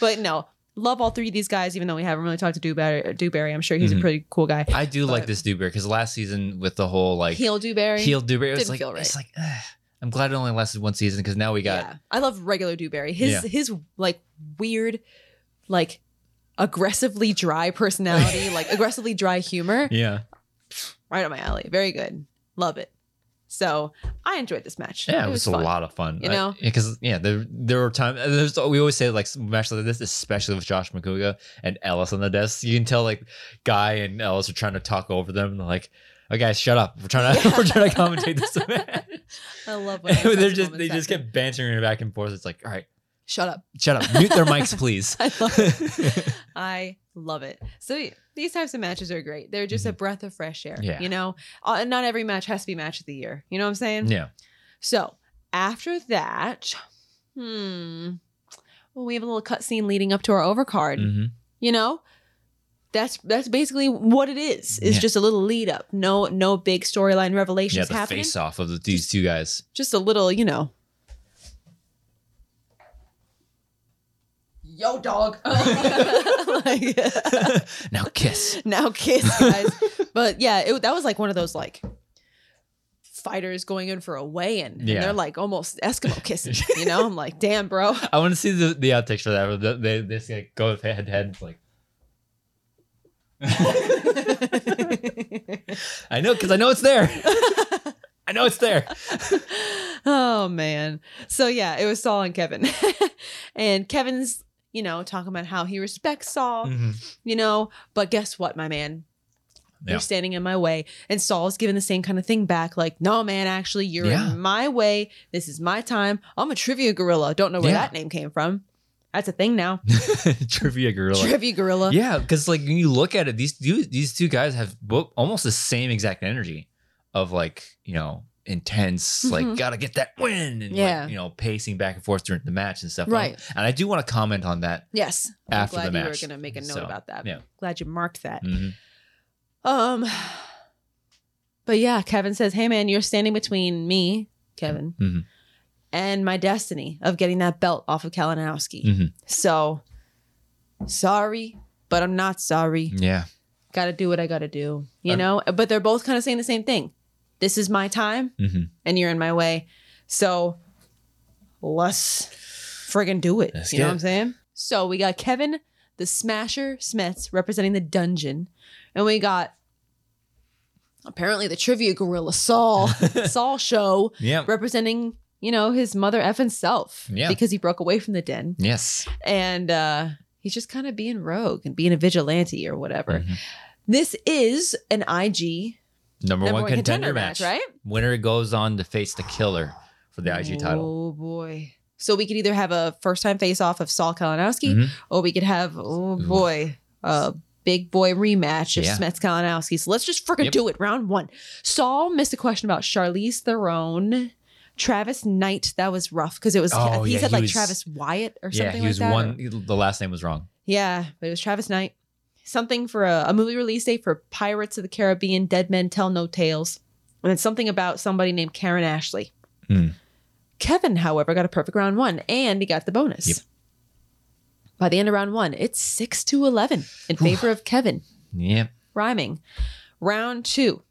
Speaker 2: but no, love all three of these guys, even though we haven't really talked to Dewberry. Dewberry. I'm sure he's a
Speaker 1: Mhm.
Speaker 2: pretty cool guy.
Speaker 1: I do like
Speaker 2: But-
Speaker 1: this Dewberry because last season with the whole like
Speaker 2: Heel Dewberry.
Speaker 1: heel Dewberry, it's
Speaker 2: Didn't
Speaker 1: like
Speaker 2: feel right.
Speaker 1: it's like ugh. I'm glad it only lasted one season because now we got
Speaker 2: Yeah. I love regular Dewberry. His
Speaker 1: Yeah.
Speaker 2: his like weird, like aggressively dry personality, like aggressively dry humor.
Speaker 1: yeah
Speaker 2: right up my alley. Very good. Love it. So I enjoyed this match.
Speaker 1: yeah, it, was, a
Speaker 2: fun.
Speaker 1: lot of fun
Speaker 2: You know?
Speaker 1: because yeah there there were times there's we always say like matches like this especially with Josh McCouga and Ellis on the desk you can tell like Guy and Ellis are trying to talk over them and they're like oh guys shut up we're trying to we're trying to commentate this match
Speaker 2: I love when those
Speaker 1: they're
Speaker 2: types of
Speaker 1: just
Speaker 2: moments
Speaker 1: they just
Speaker 2: happen.
Speaker 1: kept bantering it back and forth it's like all right
Speaker 2: shut up.
Speaker 1: shut up mute their mics please
Speaker 2: I love it. I love it. So yeah, these types of matches are great. They're just a breath of fresh air.
Speaker 1: Mm-hmm. Yeah.
Speaker 2: You know, uh, and not every match has to be match of the year. You know what I'm saying?
Speaker 1: yeah
Speaker 2: So after that, hmm, well, we have a little cutscene leading up to our overcard.
Speaker 1: hmm
Speaker 2: you know that's that's basically what it is it's
Speaker 1: Yeah.
Speaker 2: just a little lead up no no big storyline
Speaker 1: yeah
Speaker 2: revelations
Speaker 1: the
Speaker 2: happening
Speaker 1: face off of the, these two guys
Speaker 2: just a little you know yo dog
Speaker 1: Oh.
Speaker 2: like,
Speaker 1: now kiss
Speaker 2: now kiss guys but yeah it, that was like one of those like fighters going in for a weigh-in and
Speaker 1: Yeah.
Speaker 2: they're like almost eskimo kissing you know i'm like damn bro
Speaker 1: I want to see the, the outtakes for that where the- they they just like, go head to head like I know because I know it's there. I know it's there.
Speaker 2: oh man. So yeah, it was Saul and Kevin. and Kevin's, you know, talking about how he respects Saul,
Speaker 1: Mm-hmm.
Speaker 2: you know, but guess what, my man?
Speaker 1: Yeah.
Speaker 2: You're standing in my way. And Saul's giving the same kind of thing back, like, no, man, actually, you're
Speaker 1: Yeah.
Speaker 2: in my way. This is my time. I'm a trivia gorilla. Don't know where
Speaker 1: Yeah.
Speaker 2: that name came from. That's a thing now.
Speaker 1: Trivia gorilla.
Speaker 2: trivia gorilla.
Speaker 1: yeah, because like when you look at it, these two, these two guys have bo- almost the same exact energy of like you know intense,
Speaker 2: Mhm.
Speaker 1: like gotta get that win, and
Speaker 2: Yeah.
Speaker 1: like, you know pacing back and forth during the match and stuff.
Speaker 2: Right.
Speaker 1: And I do want to comment on that.
Speaker 2: Yes.
Speaker 1: After
Speaker 2: I'm glad
Speaker 1: the
Speaker 2: you
Speaker 1: match.
Speaker 2: were gonna make a note
Speaker 1: So,
Speaker 2: about that.
Speaker 1: yeah.
Speaker 2: Glad you marked that.
Speaker 1: Mhm.
Speaker 2: Um, but yeah, Kevin says, "Hey man, you're standing between me, Kevin,
Speaker 1: Mhm.
Speaker 2: and my destiny of getting that belt off of Kalinowski.
Speaker 1: Mhm.
Speaker 2: So sorry, but I'm not sorry.
Speaker 1: Yeah.
Speaker 2: Got to do what I got to do, you
Speaker 1: Um,
Speaker 2: know. But they're both kind of saying the same thing. this is my time
Speaker 1: hmm
Speaker 2: and you're in my way. So let's friggin' do it.
Speaker 1: Let's
Speaker 2: you
Speaker 1: get
Speaker 2: know what I'm
Speaker 1: it.
Speaker 2: saying? So we got Kevin the Smasher Smiths representing the dungeon. And we got apparently the trivia gorilla Saul, Saul Show
Speaker 1: Yeah.
Speaker 2: representing, you know, his mother effing self.
Speaker 1: Yeah.
Speaker 2: Because he broke away from the den.
Speaker 1: Yes.
Speaker 2: And uh he's just kind of being rogue and being a vigilante or whatever.
Speaker 1: Mhm.
Speaker 2: This is an IG
Speaker 1: Number,
Speaker 2: number
Speaker 1: one, contender, match.
Speaker 2: right?
Speaker 1: Winner goes on to face the killer for the IG title.
Speaker 2: Oh boy. So we could either have a first time face off of Saul Kalinowski,
Speaker 1: Mhm.
Speaker 2: or we could have, oh
Speaker 1: Ooh.
Speaker 2: boy, a big boy rematch of
Speaker 1: Yeah.
Speaker 2: Smets Kalinowski. So let's just freaking
Speaker 1: Yep.
Speaker 2: do it. Round one. Saul missed a question about Charlize Theron. Travis Knight, that was rough because it was
Speaker 1: Oh,
Speaker 2: he
Speaker 1: yeah,
Speaker 2: said
Speaker 1: he
Speaker 2: like
Speaker 1: was-
Speaker 2: Travis Wyatt or something
Speaker 1: Yeah, he
Speaker 2: like
Speaker 1: was
Speaker 2: that.
Speaker 1: one.
Speaker 2: or-
Speaker 1: The last name was wrong.
Speaker 2: yeah, but it was Travis Knight. Something for a, a movie release date for Pirates of the Caribbean, Dead Men Tell No Tales. And then something about somebody named Karen Ashley.
Speaker 1: Hmm.
Speaker 2: Kevin, however, got a perfect round one and he got the bonus.
Speaker 1: Yep.
Speaker 2: By the end of round one, it's 6 to 11 in favor of Kevin,
Speaker 1: Yeah.
Speaker 2: rhyming. Round two,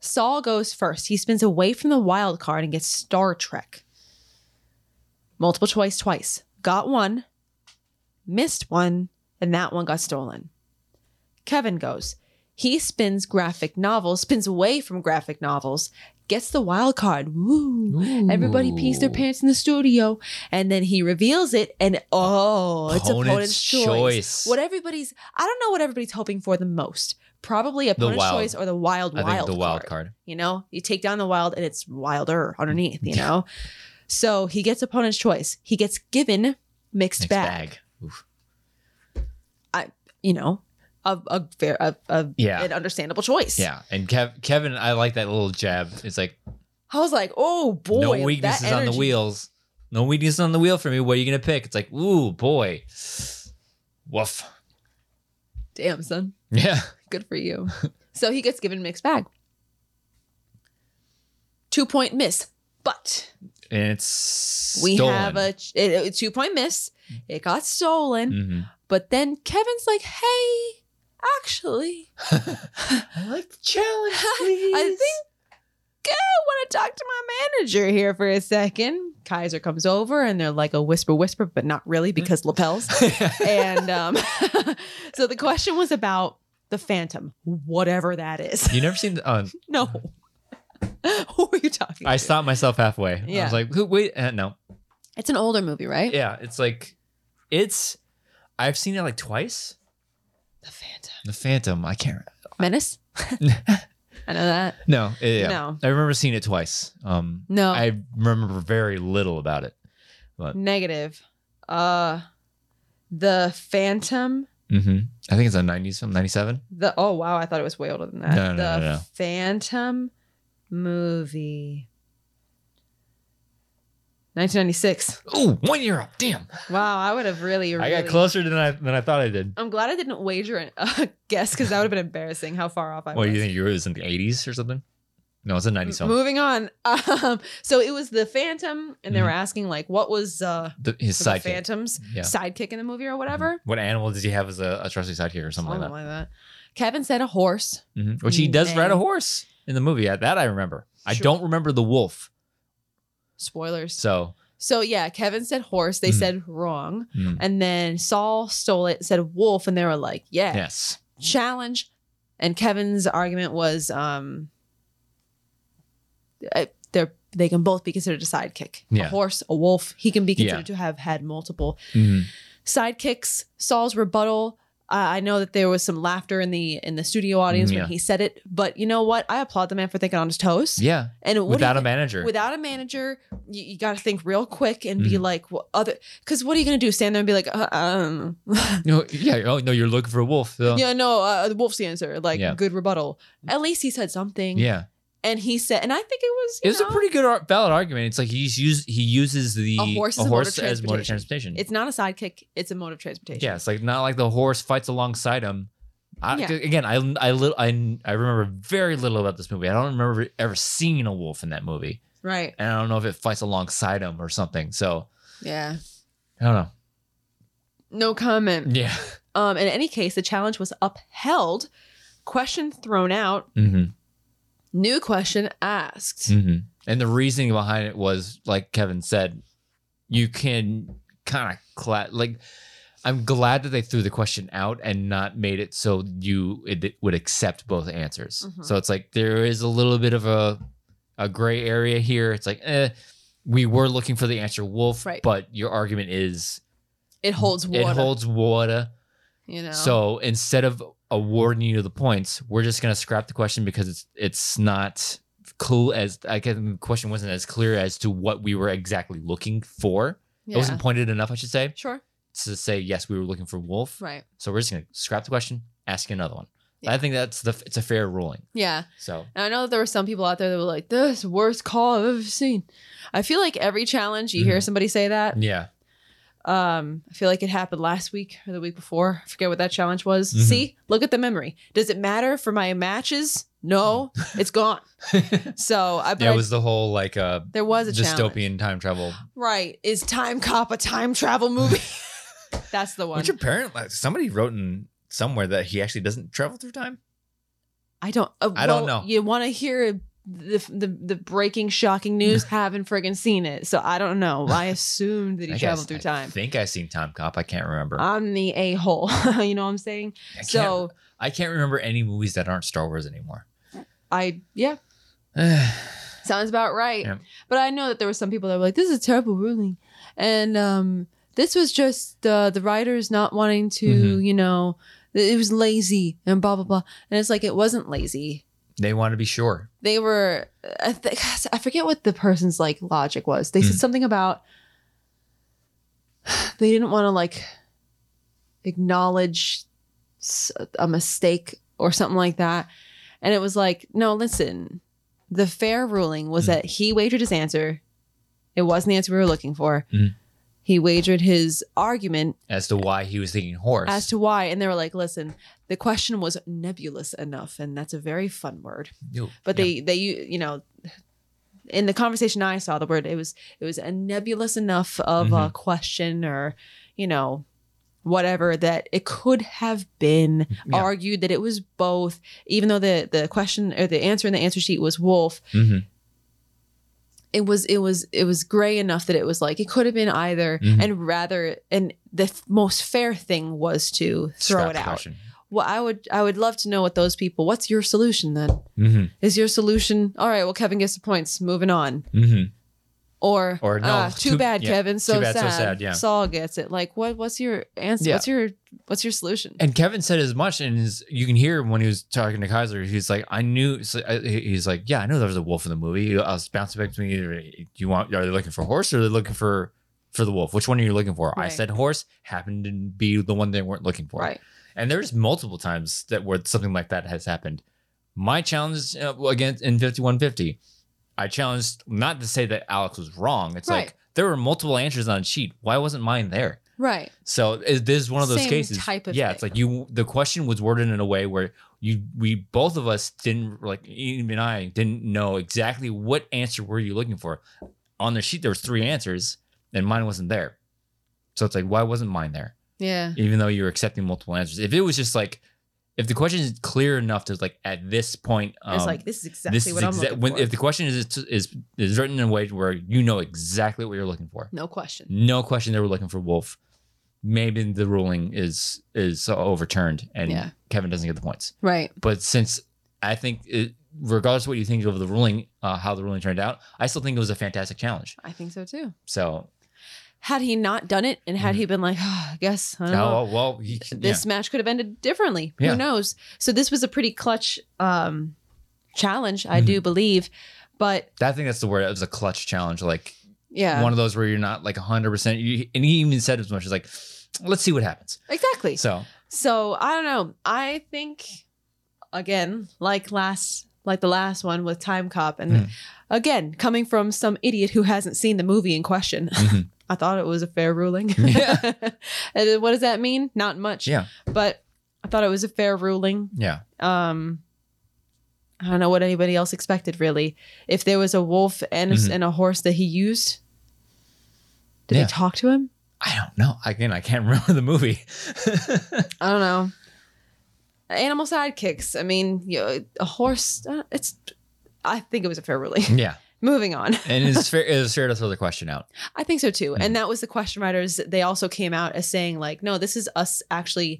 Speaker 2: Saul goes first. He spins away from the wild card and gets Star Trek. Multiple choice twice. Got one, missed one, and that one got stolen. Kevin goes. He spins graphic novels, spins away from graphic novels, gets the wild card. Woo! Everybody pees their
Speaker 1: Ooh.
Speaker 2: pants in the studio, and then he reveals it, and oh, it's
Speaker 1: Opponent's
Speaker 2: opponent's choice.
Speaker 1: choice.
Speaker 2: What everybody's, I don't know what everybody's hoping for the most. Probably opponent's
Speaker 1: wild.
Speaker 2: choice or the wild,
Speaker 1: I think
Speaker 2: wild,
Speaker 1: the wild card.
Speaker 2: You know, you take down the wild, and it's wilder underneath. You know, so he gets opponent's choice. He gets given mixed,
Speaker 1: Mixed
Speaker 2: bag.
Speaker 1: Oof.
Speaker 2: You know, a a fair, a, a
Speaker 1: Yeah.
Speaker 2: an understandable choice.
Speaker 1: Yeah, and Kev- Kevin, I like that little jab. It's like
Speaker 2: I was like, oh boy,
Speaker 1: no
Speaker 2: that
Speaker 1: weaknesses on the
Speaker 2: energy-
Speaker 1: wheels. No weaknesses on the wheel for me. What are you gonna pick? It's like, ooh boy, woof.
Speaker 2: Damn son.
Speaker 1: Yeah.
Speaker 2: Good for you. so he gets given mixed bag. Two point miss, but
Speaker 1: and it's
Speaker 2: we have a, ch- a- a two point miss.
Speaker 1: Mm.
Speaker 2: It got stolen,
Speaker 1: hmm
Speaker 2: but then Kevin's like, "Hey, actually,
Speaker 1: I like the challenge.
Speaker 2: I think I want to talk to my manager here for a second. Kaiser comes over, and they're like a whisper, whisper, but not really
Speaker 1: Mm.
Speaker 2: because lapels.
Speaker 1: think.
Speaker 2: and um, so the question was about the Phantom, whatever that is.
Speaker 1: you never seen? The, uh,
Speaker 2: No. Who are you talking
Speaker 1: I
Speaker 2: to?
Speaker 1: stopped myself halfway. I
Speaker 2: Yeah.
Speaker 1: was like, who, wait, uh, no.
Speaker 2: It's an older movie, right?
Speaker 1: Yeah, it's like, it's. I've seen it like twice.
Speaker 2: The Phantom.
Speaker 1: The Phantom. I can't.
Speaker 2: Menace? I know that.
Speaker 1: No. Yeah.
Speaker 2: No.
Speaker 1: I remember seeing it twice. Um,
Speaker 2: No.
Speaker 1: I remember very little about it.
Speaker 2: Negative. Uh the Phantom.
Speaker 1: hmm I think it's a '90s film, '97.
Speaker 2: The oh wow, I thought it was way older than that.
Speaker 1: No, no,
Speaker 2: the
Speaker 1: no, no.
Speaker 2: Phantom movie. 1996.
Speaker 1: Ooh, one year up. Damn.
Speaker 2: Wow, I would have really, really
Speaker 1: I got closer than I than I thought I did.
Speaker 2: I'm glad I didn't wager an- a guess because that would have been embarrassing how far off Oh, I
Speaker 1: What
Speaker 2: was.
Speaker 1: do you think? You were it was in the '80s or something? No, it's a '90s film.
Speaker 2: Moving on. Um, so it was the Phantom, and they were asking like, what was uh
Speaker 1: The- his
Speaker 2: the
Speaker 1: Mm-hmm. sidekick.
Speaker 2: Phantom's
Speaker 1: Yeah.
Speaker 2: sidekick in the movie or whatever?
Speaker 1: What animal did he have as a, a trusty sidekick or Mm-hmm. something
Speaker 2: Something
Speaker 1: like that?
Speaker 2: like that. Kevin said a horse.
Speaker 1: Mhm. Which he does
Speaker 2: Mm,
Speaker 1: ride a
Speaker 2: and-
Speaker 1: horse in the movie. Yeah, That I remember. I
Speaker 2: Sure.
Speaker 1: don't remember the wolf.
Speaker 2: Spoilers.
Speaker 1: So
Speaker 2: So yeah, Kevin said horse. They
Speaker 1: Mhm.
Speaker 2: said wrong,
Speaker 1: mm,
Speaker 2: and then Saul stole it. Said wolf, and they were like, yeah,
Speaker 1: yes,
Speaker 2: challenge. And Kevin's argument was, um, uh, they're they can both be considered a sidekick. A
Speaker 1: Yeah.
Speaker 2: horse, a wolf. He can be
Speaker 1: Yeah.
Speaker 2: considered to have had multiple
Speaker 1: Mhm.
Speaker 2: sidekicks. Saul's rebuttal. Uh, I know that there was some laughter in the in the studio audience
Speaker 1: Mm, Yeah.
Speaker 2: when he said it, but you know what? I applaud the man for thinking on his toes.
Speaker 1: yeah.
Speaker 2: And what do you
Speaker 1: Without a
Speaker 2: thi-
Speaker 1: manager,
Speaker 2: without a manager you, you got to think real quick and
Speaker 1: Mm-hmm.
Speaker 2: be like well, other because what are you going to do stand there and be like uh, um
Speaker 1: no, yeah. Oh no, you're looking for a wolf. So, yeah,
Speaker 2: yeah no uh, the wolf's the answer like
Speaker 1: Yeah.
Speaker 2: good rebuttal at least he said something and he said and i think it was
Speaker 1: it
Speaker 2: you
Speaker 1: was a
Speaker 2: know,
Speaker 1: pretty good, ar- valid argument. It's like he's used. He uses the
Speaker 2: A horse is a mode of
Speaker 1: transportation.
Speaker 2: it's not a sidekick it's a mode of transportation
Speaker 1: yeah, it's like not like the horse fights alongside him. I,
Speaker 2: Yeah.
Speaker 1: Again, I I, lit- I I remember very little about this movie. I don't remember ever seeing a wolf in that movie,
Speaker 2: right
Speaker 1: and I don't know if it fights alongside him or something. So
Speaker 2: yeah
Speaker 1: I don't know.
Speaker 2: no comment
Speaker 1: Yeah.
Speaker 2: um in any case the challenge was upheld question thrown out
Speaker 1: Mm-hmm.
Speaker 2: New question asked.
Speaker 1: hmm And the reasoning behind it was, like Kevin said, you can kind of cla- like. I'm glad that they threw the question out and not made it so you it, it would accept both answers.
Speaker 2: Mhm.
Speaker 1: So it's like there is a little bit of a a gray area here. It's like, eh, we were looking for the answer wolf,
Speaker 2: Right.
Speaker 1: but your argument is
Speaker 2: It holds water.
Speaker 1: it holds water.
Speaker 2: you know.
Speaker 1: So instead of awarding you the points, we're just gonna scrap the question because it's it's not cool as I guess the question wasn't as clear as to what we were exactly looking for.
Speaker 2: yeah.
Speaker 1: It wasn't pointed enough, I should say,
Speaker 2: sure.
Speaker 1: to say yes, we were looking for wolf.
Speaker 2: Right.
Speaker 1: So we're just gonna scrap the question, ask you another one.
Speaker 2: Yeah.
Speaker 1: I think that's the it's a fair ruling.
Speaker 2: Yeah.
Speaker 1: So
Speaker 2: And I know that there were some people out there that were like, "This is the worst call I've ever seen." I feel like every challenge you
Speaker 1: Mm-hmm.
Speaker 2: hear somebody say that.
Speaker 1: yeah,
Speaker 2: Um, I feel like it happened last week or the week before. I forget what that challenge was.
Speaker 1: Mhm.
Speaker 2: See, look at the memory. Does it matter for my matches? No, it's gone. So I but
Speaker 1: yeah,
Speaker 2: I-
Speaker 1: it was the whole like uh,
Speaker 2: there was a
Speaker 1: dystopian
Speaker 2: challenge.
Speaker 1: time travel,
Speaker 2: Right? Is Time Cop a time travel movie? That's the one.
Speaker 1: which apparently like, somebody wrote in somewhere that he actually doesn't travel through time.
Speaker 2: I don't. Uh,
Speaker 1: I don't know.
Speaker 2: You want to hear the, the the breaking, shocking news? Haven't friggin' seen it, so I don't know. I assumed that
Speaker 1: I
Speaker 2: he
Speaker 1: guess-
Speaker 2: traveled through
Speaker 1: I
Speaker 2: time.
Speaker 1: think I seen Time Cop. I can't remember.
Speaker 2: I'm the a hole. you know what I'm saying?
Speaker 1: I can't
Speaker 2: So
Speaker 1: I can't remember any movies that aren't Star Wars anymore.
Speaker 2: I yeah, sounds about right.
Speaker 1: Yeah.
Speaker 2: But I know that there were some people that were like, "This is a terrible ruling," and um, this was just uh, the writers not wanting to,
Speaker 1: Mm-hmm.
Speaker 2: you know, it was lazy and blah blah blah. And it's like it wasn't lazy.
Speaker 1: they want to be sure.
Speaker 2: they were I, th- gosh, I forget what the person's like logic was they said
Speaker 1: Mm.
Speaker 2: something about they didn't want to like acknowledge s- a mistake or something like that and it was like no listen the fair ruling was
Speaker 1: Mm.
Speaker 2: that he wagered his answer it wasn't the answer we were looking for
Speaker 1: Mm.
Speaker 2: he wagered his argument
Speaker 1: as to why he was thinking horse.
Speaker 2: as to why and they were like listen the question was nebulous enough and that's a very fun word
Speaker 1: Ew.
Speaker 2: but
Speaker 1: Yeah.
Speaker 2: they they you you know in the conversation i saw the word it was it was a nebulous enough of a question or you know whatever that it could have been
Speaker 1: Yeah.
Speaker 2: argued that it was both even though the the question or the answer in the answer sheet was wolf
Speaker 1: Mhm.
Speaker 2: it was it was it was gray enough that it was like it could have been either
Speaker 1: Mhm.
Speaker 2: and rather and the f- most fair thing was to throw
Speaker 1: Scrap
Speaker 2: it
Speaker 1: the
Speaker 2: out
Speaker 1: question.
Speaker 2: well i would i would love to know what those people what's your solution then
Speaker 1: Mhm.
Speaker 2: is your solution all right well kevin gets the points moving on
Speaker 1: Mhm.
Speaker 2: or,
Speaker 1: Or no,
Speaker 2: "Ah, too,
Speaker 1: too-
Speaker 2: bad
Speaker 1: yeah,
Speaker 2: kevin so,
Speaker 1: bad, so
Speaker 2: sad.
Speaker 1: sad, yeah.
Speaker 2: saul gets it like what what's your answer
Speaker 1: Yeah.
Speaker 2: what's your what's your solution
Speaker 1: And Kevin said as much, and his, you can hear him when he was talking to Kaiser. He's like, "I knew." So I, he's like, "Yeah, I knew there was a wolf in the movie. I was bouncing back between either. Do you want? Are they looking for horse or are they looking for for the wolf? Which one are you looking for?" I
Speaker 2: Right.
Speaker 1: said horse. Happened to be the one they weren't looking for.
Speaker 2: right
Speaker 1: And there's multiple times that where something like that has happened. My challenge uh, against in 5150, I challenged not to say that Alex was wrong. It's
Speaker 2: Right.
Speaker 1: like there were multiple answers on a sheet. Why wasn't mine there?
Speaker 2: right
Speaker 1: So it, this is one of those
Speaker 2: Same
Speaker 1: cases.
Speaker 2: type of
Speaker 1: yeah,
Speaker 2: thing.
Speaker 1: it's like you. The question was worded in a way where you, we both of us didn't like. Even I didn't know exactly what answer were you looking for. On the sheet, there was three answers, and mine wasn't there. So it's like, why wasn't mine there?
Speaker 2: yeah
Speaker 1: even though you're accepting multiple answers. If it was just like, if the question is clear enough to like at this point, um,
Speaker 2: it's like this is exactly
Speaker 1: is
Speaker 2: what i'm
Speaker 1: exa-
Speaker 2: looking
Speaker 1: when-
Speaker 2: for
Speaker 1: If the question is is is written in a way where you know exactly what you're looking for,
Speaker 2: no question
Speaker 1: no question they were looking for wolf. Maybe the ruling is is overturned and
Speaker 2: Yeah.
Speaker 1: Kevin doesn't get the points.
Speaker 2: right
Speaker 1: But since I think, it, regardless of what you think of the ruling, uh, how the ruling turned out, I still think it was a fantastic challenge.
Speaker 2: i think so too
Speaker 1: So,
Speaker 2: had he not done it and had he been like oh, i guess i don't know
Speaker 1: oh well, he- Mm-hmm. yeah.
Speaker 2: this match could have ended differently.
Speaker 1: Yeah.
Speaker 2: Who knows? So this was a pretty clutch um, challenge, I
Speaker 1: Mm-hmm.
Speaker 2: do believe. But
Speaker 1: I think that's the word. It was a clutch challenge. Like
Speaker 2: yeah,
Speaker 1: one of those where you're not like 100% you, and he even said as much as like let's see what happens
Speaker 2: exactly.
Speaker 1: so
Speaker 2: So I don't know. I think again, like last, like the last one with Time Cop, and
Speaker 1: Mm.
Speaker 2: again coming from some idiot who hasn't seen the movie in question.
Speaker 1: Mhm.
Speaker 2: I thought it was a fair ruling.
Speaker 1: Yeah.
Speaker 2: And then what does that mean? Not much.
Speaker 1: Yeah.
Speaker 2: But I thought it was a fair ruling.
Speaker 1: yeah
Speaker 2: um I don't know what anybody else expected really. If there was a wolf and
Speaker 1: Mhm.
Speaker 2: and a horse that he used, did
Speaker 1: Yeah.
Speaker 2: they talk to him?
Speaker 1: i don't know again i can't remember the movie
Speaker 2: I don't know. Animal sidekicks. I mean, you know, a horse. uh, It's I think it was a fair ruling.
Speaker 1: Yeah.
Speaker 2: Moving on.
Speaker 1: And it's fair, it's fair to throw the question out.
Speaker 2: I think so too.
Speaker 1: Mhm.
Speaker 2: And that was the question writers. They also came out as saying, like, no, this is us actually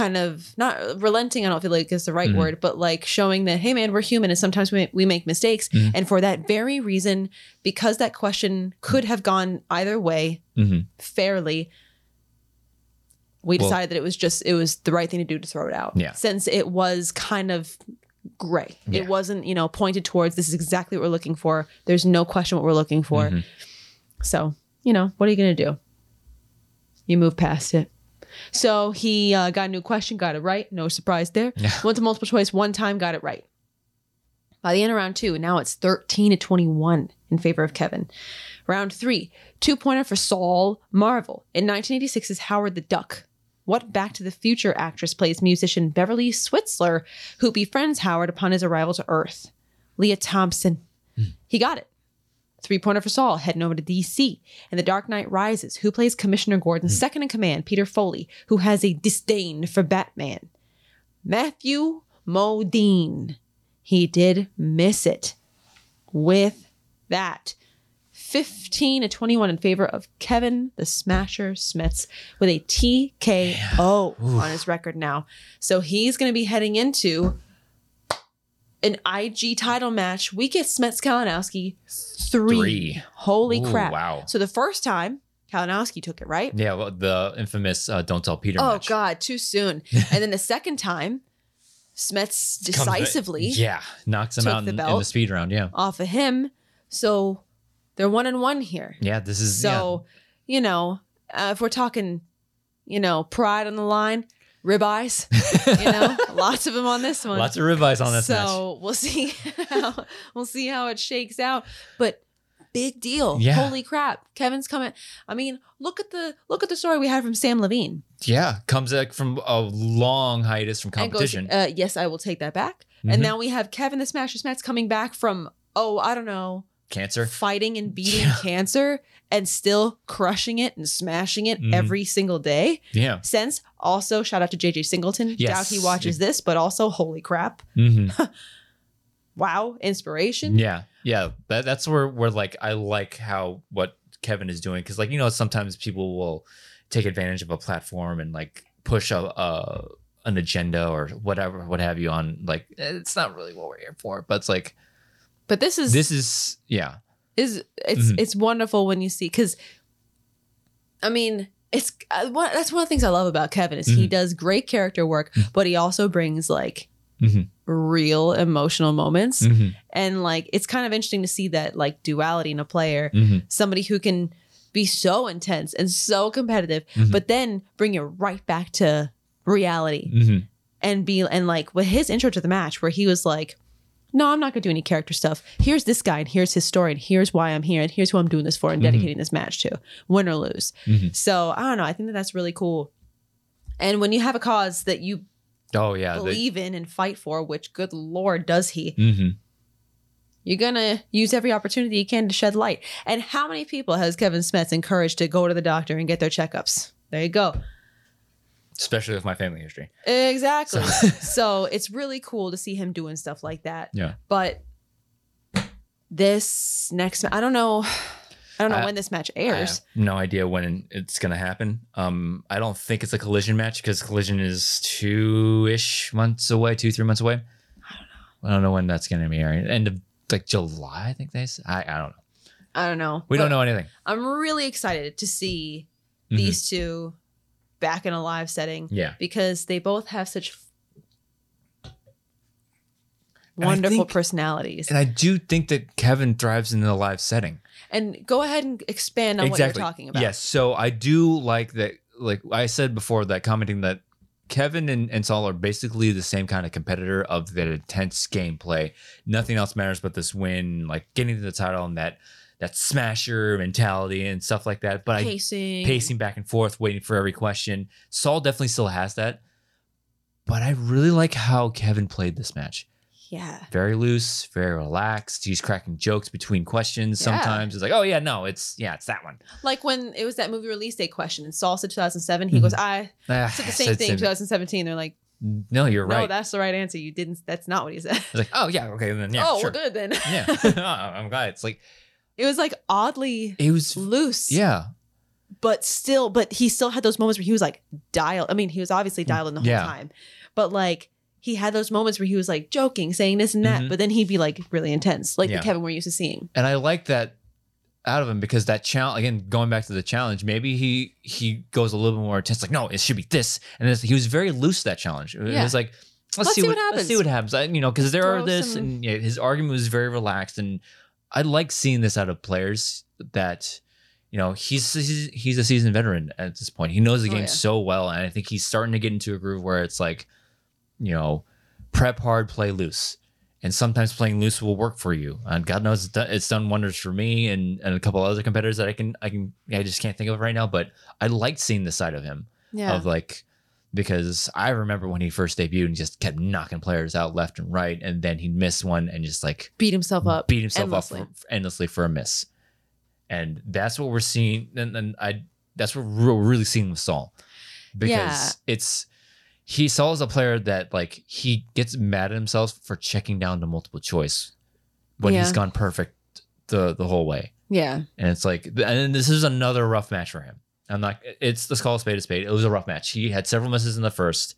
Speaker 2: kind of not relenting. I don't feel like it's the right
Speaker 1: Mhm.
Speaker 2: word, but like showing that, hey, man, we're human and sometimes we, we make mistakes.
Speaker 1: Mhm.
Speaker 2: And for that very reason, because that question could have gone either way
Speaker 1: Mm-hmm.
Speaker 2: fairly, we
Speaker 1: Well-
Speaker 2: decided that it was just, it was the right thing to do to throw it out.
Speaker 1: Yeah.
Speaker 2: Since it was kind of gray,
Speaker 1: Yeah.
Speaker 2: it wasn't, you know, pointed towards this is exactly what we're looking for. There's no question what we're looking for.
Speaker 1: Mm-hmm.
Speaker 2: So, you know, what are you going to do? You move past it. So he uh, got a new question, got it right. No surprise there.
Speaker 1: Yeah.
Speaker 2: Went to multiple choice one time, got it right. By the end of round two, now it's 13 to 21 in favor of Kevin. Round three, two pointer for Saul Marvel. In 1986 is Howard the Duck. What Back to the Future actress plays musician Beverly Switzler, who befriends Howard upon his arrival to Earth? Leah Thompson. He got it. Three pointer for Saul, heading over to DC. And The Dark Knight Rises, who plays Commissioner Gordon's second in command, Peter Foley, who has a disdain for Batman. Matthew Modine. He did miss it. With that, 15 to 21 in favor of Kevin the Smasher Smiths with a TKO on his record now. So he's going to be heading into an IG title match. We get Smets Kalinowski three.
Speaker 1: Three.
Speaker 2: Holy
Speaker 1: Ooh,
Speaker 2: crap.
Speaker 1: Wow.
Speaker 2: So the first time, Kalinowski took it, right?
Speaker 1: Yeah. Well, the infamous uh, "Don't Tell Peter."
Speaker 2: Oh,
Speaker 1: match.
Speaker 2: God, too soon. and then the second time, Smets
Speaker 1: Comes in-
Speaker 2: decisively
Speaker 1: yeah, knocks him
Speaker 2: took
Speaker 1: out in,
Speaker 2: the
Speaker 1: in the
Speaker 2: belt.
Speaker 1: speed round. Yeah.
Speaker 2: off of him. So they're one and one here.
Speaker 1: Yeah. This is
Speaker 2: So, you know, uh, if we're talking, you know, pride on the line, ribeyes,
Speaker 1: yeah.
Speaker 2: you know, lots of them on this one.
Speaker 1: lots of ribeyes on this match.
Speaker 2: so we'll see how we'll see how it shakes out. But big deal.
Speaker 1: Yeah.
Speaker 2: Holy crap. Kevin's coming. I mean, look at the look at the story we had from Sam Levine.
Speaker 1: Yeah, comes back from a long hiatus from
Speaker 2: and goes,
Speaker 1: competition.
Speaker 2: uh, yes, I will take that back.
Speaker 1: Mhm.
Speaker 2: And now we have Kevin the Smasher Smats coming back from oh I don't know
Speaker 1: Cancer.
Speaker 2: fighting and beating
Speaker 1: Yeah.
Speaker 2: cancer and still crushing it and smashing it
Speaker 1: Mhm.
Speaker 2: every single day
Speaker 1: Yeah.
Speaker 2: since. Also shout out to JJ Singleton.
Speaker 1: Yes.
Speaker 2: Doubt he watches this, but also holy crap!
Speaker 1: hmm
Speaker 2: Wow, inspiration.
Speaker 1: Yeah. Yeah. That, that's where where like I like how what Kevin is doing because like you know sometimes people will take advantage of a platform and like push a. a an agenda or whatever, what have you on like eh, it's not really what we're here for, but it's like
Speaker 2: But this is
Speaker 1: this is yeah,
Speaker 2: is it's
Speaker 1: Mhm.
Speaker 2: it's wonderful when you see because i mean it's uh, one, that's one of the things i love about kevin is he
Speaker 1: Mhm.
Speaker 2: does great character work but he also brings like
Speaker 1: Mhm.
Speaker 2: real emotional moments
Speaker 1: Mhm.
Speaker 2: and like it's kind of interesting to see that like duality in a player
Speaker 1: Mhm.
Speaker 2: somebody who can be so intense and so competitive
Speaker 1: Mhm.
Speaker 2: but then bring it right back to reality
Speaker 1: Mhm.
Speaker 2: and be and like with his intro to the match where he was like no i'm not going to do any character stuff here's this guy and here's his story and here's why i'm here and here's who i'm doing this for and
Speaker 1: Mhm.
Speaker 2: dedicating this match to win or lose
Speaker 1: Mhm.
Speaker 2: so i don't know i think that that's really cool and when you have a cause that you
Speaker 1: oh yeah, they-
Speaker 2: believe in and fight for which good lord does he
Speaker 1: Mhm.
Speaker 2: you're gonna use every opportunity you can to shed light and how many people has kevin smets encouraged to go to the doctor and get their checkups there you go
Speaker 1: especially with my family history.
Speaker 2: Exactly.
Speaker 1: So-
Speaker 2: So. it's really cool to see him doing stuff like that.
Speaker 1: Yeah.
Speaker 2: But this next, ma- I don't know, I don't know
Speaker 1: I-
Speaker 2: when this match
Speaker 1: I
Speaker 2: airs.
Speaker 1: have no idea when it's gonna happen. Um, I don't think it's a collision match because collision is two ish months away, two three months away. I don't know. I don't know when that's gonna be. airing. End of like July, I think they. Said. I I don't know.
Speaker 2: I don't know.
Speaker 1: We
Speaker 2: But
Speaker 1: don't know anything.
Speaker 2: I'm really excited to see
Speaker 1: Mhm.
Speaker 2: these two back in a live setting
Speaker 1: Yeah.
Speaker 2: because they both have such
Speaker 1: And I
Speaker 2: wonderful
Speaker 1: think-
Speaker 2: personalities.
Speaker 1: And I do think that Kevin thrives in the live setting.
Speaker 2: And go ahead and expand on what you're talking about.
Speaker 1: Yes. So I do like that. Like I said before, that commenting that Kevin and, and Saul are basically the same kind of competitor of that intense gameplay. Nothing else matters but this win, like getting to the title and that that smasher mentality and stuff like that. But I
Speaker 2: Pacing.
Speaker 1: pacing back and forth, waiting for every question. Saul definitely still has that. But I really like how Kevin played this match.
Speaker 2: Yeah.
Speaker 1: Very loose, very relaxed. He's cracking jokes between questions.
Speaker 2: Yeah.
Speaker 1: Sometimes it's like, oh yeah, no, it's yeah, it's that one.
Speaker 2: Like when it was that movie release date question and Saul said 2007, he
Speaker 1: Mhm.
Speaker 2: goes, I
Speaker 1: Ah,
Speaker 2: said the same
Speaker 1: said
Speaker 2: thing 2017. They're like,
Speaker 1: No, you're
Speaker 2: No,
Speaker 1: right.
Speaker 2: that's the right answer. You didn't. That's not what he said.
Speaker 1: it's like, oh yeah, okay, then yeah,
Speaker 2: oh,
Speaker 1: sure.
Speaker 2: well, good then.
Speaker 1: yeah, Oh, I'm glad. It's like
Speaker 2: It was like oddly
Speaker 1: it was.
Speaker 2: loose.
Speaker 1: Yeah,
Speaker 2: But still, but he still had those moments where he was like dialed. I mean, he was obviously dialed in the whole
Speaker 1: Mm, Yeah.
Speaker 2: time, but like he had those moments where he was like joking, saying this and that,
Speaker 1: Mhm.
Speaker 2: but then he'd be like really intense, like
Speaker 1: Yeah.
Speaker 2: the Kevin we're used to seeing.
Speaker 1: and I like that out of him because that challenge again going back to the challenge maybe he he goes a little bit more intense like no it should be this and it's, he was very loose to that challenge it
Speaker 2: Yeah.
Speaker 1: was like let's,
Speaker 2: Let's
Speaker 1: see,
Speaker 2: see
Speaker 1: what,
Speaker 2: what
Speaker 1: let's see what happens I, you know because there are
Speaker 2: Throw
Speaker 1: this
Speaker 2: some-
Speaker 1: and yeah, his argument was very relaxed and I like seeing this out of players that you know he's he's, he's a seasoned veteran at this point he knows the
Speaker 2: Oh,
Speaker 1: game
Speaker 2: yeah.
Speaker 1: so well and I think he's starting to get into a groove where it's like you know prep hard play loose and sometimes playing loose will work for you. And God knows it's done, it's done wonders for me and, and a couple other competitors that I can I can I just can't think of right now. But I liked seeing the side of him
Speaker 2: Yeah.
Speaker 1: of like because I remember when he first debuted and just kept knocking players out left and right, and then he'd miss one and just like
Speaker 2: Beat himself up.
Speaker 1: beat himself up
Speaker 2: endlessly.
Speaker 1: for, endlessly for a miss. And that's what we're seeing. And, and I that's what we're really seeing with Saul because
Speaker 2: Yeah.
Speaker 1: it's he Saul is a player that like he gets mad at himself for checking down to multiple choice when he's
Speaker 2: Yeah.
Speaker 1: gone perfect the the whole way.
Speaker 2: yeah.
Speaker 1: And it's like, and this is another rough match for him. I'm not. It's let's call a spade a spade. It was a rough match. He had several misses in the first,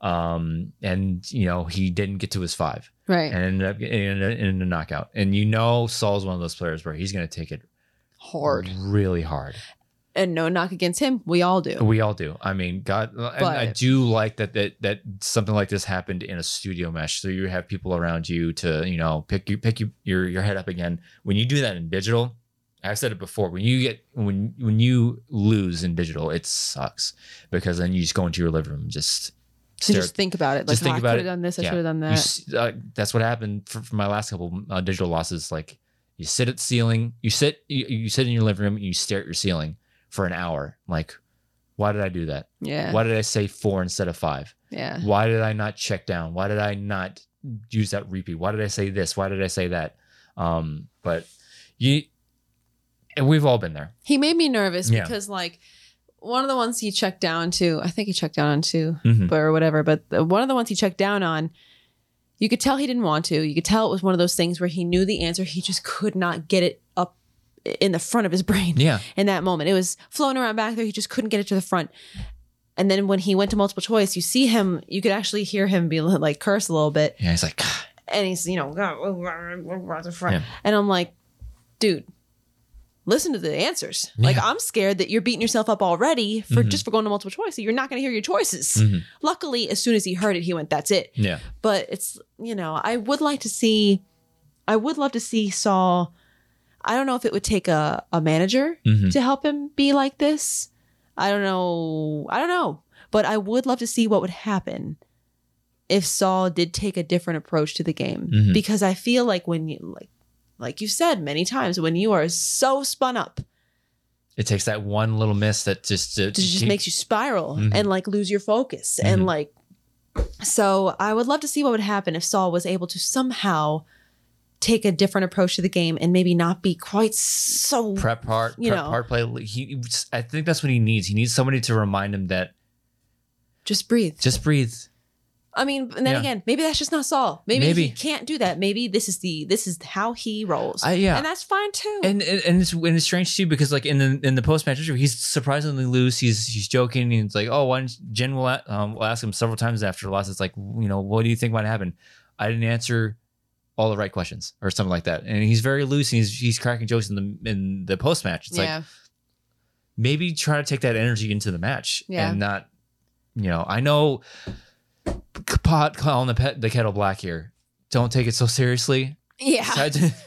Speaker 1: um, and you know he didn't get to his five
Speaker 2: Right.
Speaker 1: and ended up getting in a, in a knockout. And you know, Saul's one of those players where he's going to take it Mm.
Speaker 2: Hard.
Speaker 1: really hard.
Speaker 2: And no knock against him. We all do.
Speaker 1: We all do. I mean, God, uh, and I
Speaker 2: But-
Speaker 1: do like that that that something like this happened in a studio match. So you have people around you to you know pick you pick you, your your head up again. When you do that in digital, I've said it before. When you get when when you lose in digital, it sucks because then you just go into your living room and just
Speaker 2: So
Speaker 1: stare
Speaker 2: just think about it. Like,
Speaker 1: Just
Speaker 2: oh,
Speaker 1: think
Speaker 2: I
Speaker 1: about
Speaker 2: could
Speaker 1: it.
Speaker 2: have done this. I
Speaker 1: Yeah.
Speaker 2: should have done
Speaker 1: You,
Speaker 2: that.
Speaker 1: s- uh, that's what happened for, for my last couple uh, digital losses. Like you sit at the ceiling, you sit, you, you sit in your living room, and you stare at your ceiling for an hour. Like, why did I do that?
Speaker 2: yeah. Uh.
Speaker 1: Why did I say four instead of five?
Speaker 2: Yeah.
Speaker 1: Why did I not check down? Why did I not use that repeat? Why did I say this? Why did I say that? Um, but you, and we've all been there.
Speaker 2: He made me nervous
Speaker 1: Yeah.
Speaker 2: because, like, one of the ones he checked down to, I think he checked down on two
Speaker 1: Mhm.
Speaker 2: or whatever, but the- one of the ones he checked down on, you could tell he didn't want to. You could tell it was one of those things where he knew the answer. He just could not get it up in the front of his brain.
Speaker 1: Yeah,
Speaker 2: in that moment. It was floating around back there. He just couldn't get it to the front. And then when he went to multiple choice, you see him, you could actually hear him be like curse a little bit.
Speaker 1: yeah. It's like
Speaker 2: And he's, you know, "Oh, the front.
Speaker 1: Yeah.
Speaker 2: oh, And I'm like, dude, listen to the answers. Like,
Speaker 1: Yeah.
Speaker 2: I'm scared that you're beating yourself up already for
Speaker 1: Mhm.
Speaker 2: just for going to multiple choice. So you're not going to hear your choices.
Speaker 1: Mhm.
Speaker 2: Luckily, as soon as he heard it, he went, that's it
Speaker 1: yeah,
Speaker 2: but it's you know i would like to see i would love to see saul i don't know if it would take a, a manager
Speaker 1: Mhm.
Speaker 2: to help him be like this i don't know i don't know but i would love to see what would happen if saul did take a different approach to the game
Speaker 1: Mhm.
Speaker 2: because i feel like when you like like you said many times when you are so spun up
Speaker 1: it takes that one little miss that just uh,
Speaker 2: it just makes you spiral
Speaker 1: Mhm.
Speaker 2: and like lose your focus and
Speaker 1: Mhm.
Speaker 2: like so i would love to see what would happen if saul was able to somehow take a different approach to the game and maybe not be quite so
Speaker 1: prep hard,
Speaker 2: you
Speaker 1: prep
Speaker 2: know.
Speaker 1: hard play. He, I think that's what he needs. He needs somebody to remind him that
Speaker 2: just breathe
Speaker 1: just breathe.
Speaker 2: i mean and then
Speaker 1: Yeah.
Speaker 2: again maybe that's just not saul maybe,
Speaker 1: Maybe.
Speaker 2: he can't do that maybe this is the this is how he rolls
Speaker 1: I, yeah,
Speaker 2: and that's fine too
Speaker 1: and and, and, it's, and it's strange too because like in the in the post match interview, he's surprisingly loose. He's he's joking and it's like, oh, why didn't- Jen will a- um, will ask him several times after the loss. It's like, you know, what do you think might happen? I didn't answer all the right questions or something like that. And he's very loose and he's he's cracking jokes in the in the post match. It's like maybe try to take that energy into the match
Speaker 2: Yeah.
Speaker 1: and not, you know, I know pot calling the pet, the kettle black here. Don't take it so seriously.
Speaker 2: yeah
Speaker 1: Besides-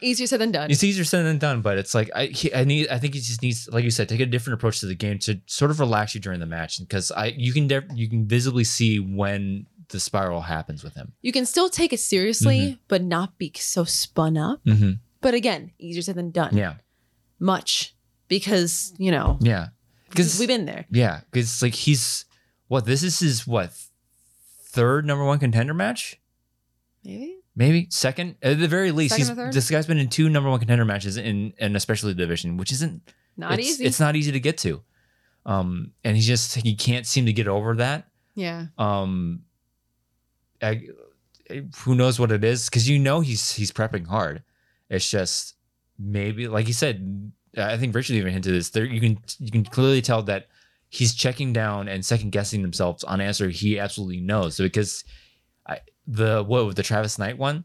Speaker 2: easier said than done
Speaker 1: it's easier said than done, but it's like I he, I need I think he just needs like you said take a different approach to the game to sort of relax you during the match because I you can def- you can visibly see when the spiral happens with him.
Speaker 2: you can still take it seriously but not be so spun up
Speaker 1: Mm-hmm.
Speaker 2: but again easier said than done
Speaker 1: Yeah,
Speaker 2: much because you know
Speaker 1: yeah,
Speaker 2: because
Speaker 1: because
Speaker 2: we've been there
Speaker 1: yeah because like he's what this is his what third number one contender match
Speaker 2: maybe
Speaker 1: maybe second at the very least
Speaker 2: Second or
Speaker 1: he's
Speaker 2: third?
Speaker 1: this guy's been in two number one contender matches in in a specialty division which isn't
Speaker 2: not
Speaker 1: it's,
Speaker 2: easy
Speaker 1: It's not easy to get to. Um, and he just he can't seem to get over that.
Speaker 2: Yeah.
Speaker 1: um I, who knows what it is because you know he's he's prepping hard it's just maybe like you said i think richard even hinted this there you can you can clearly tell that he's checking down and second guessing himself on answer he absolutely knows so because i the what with the travis knight one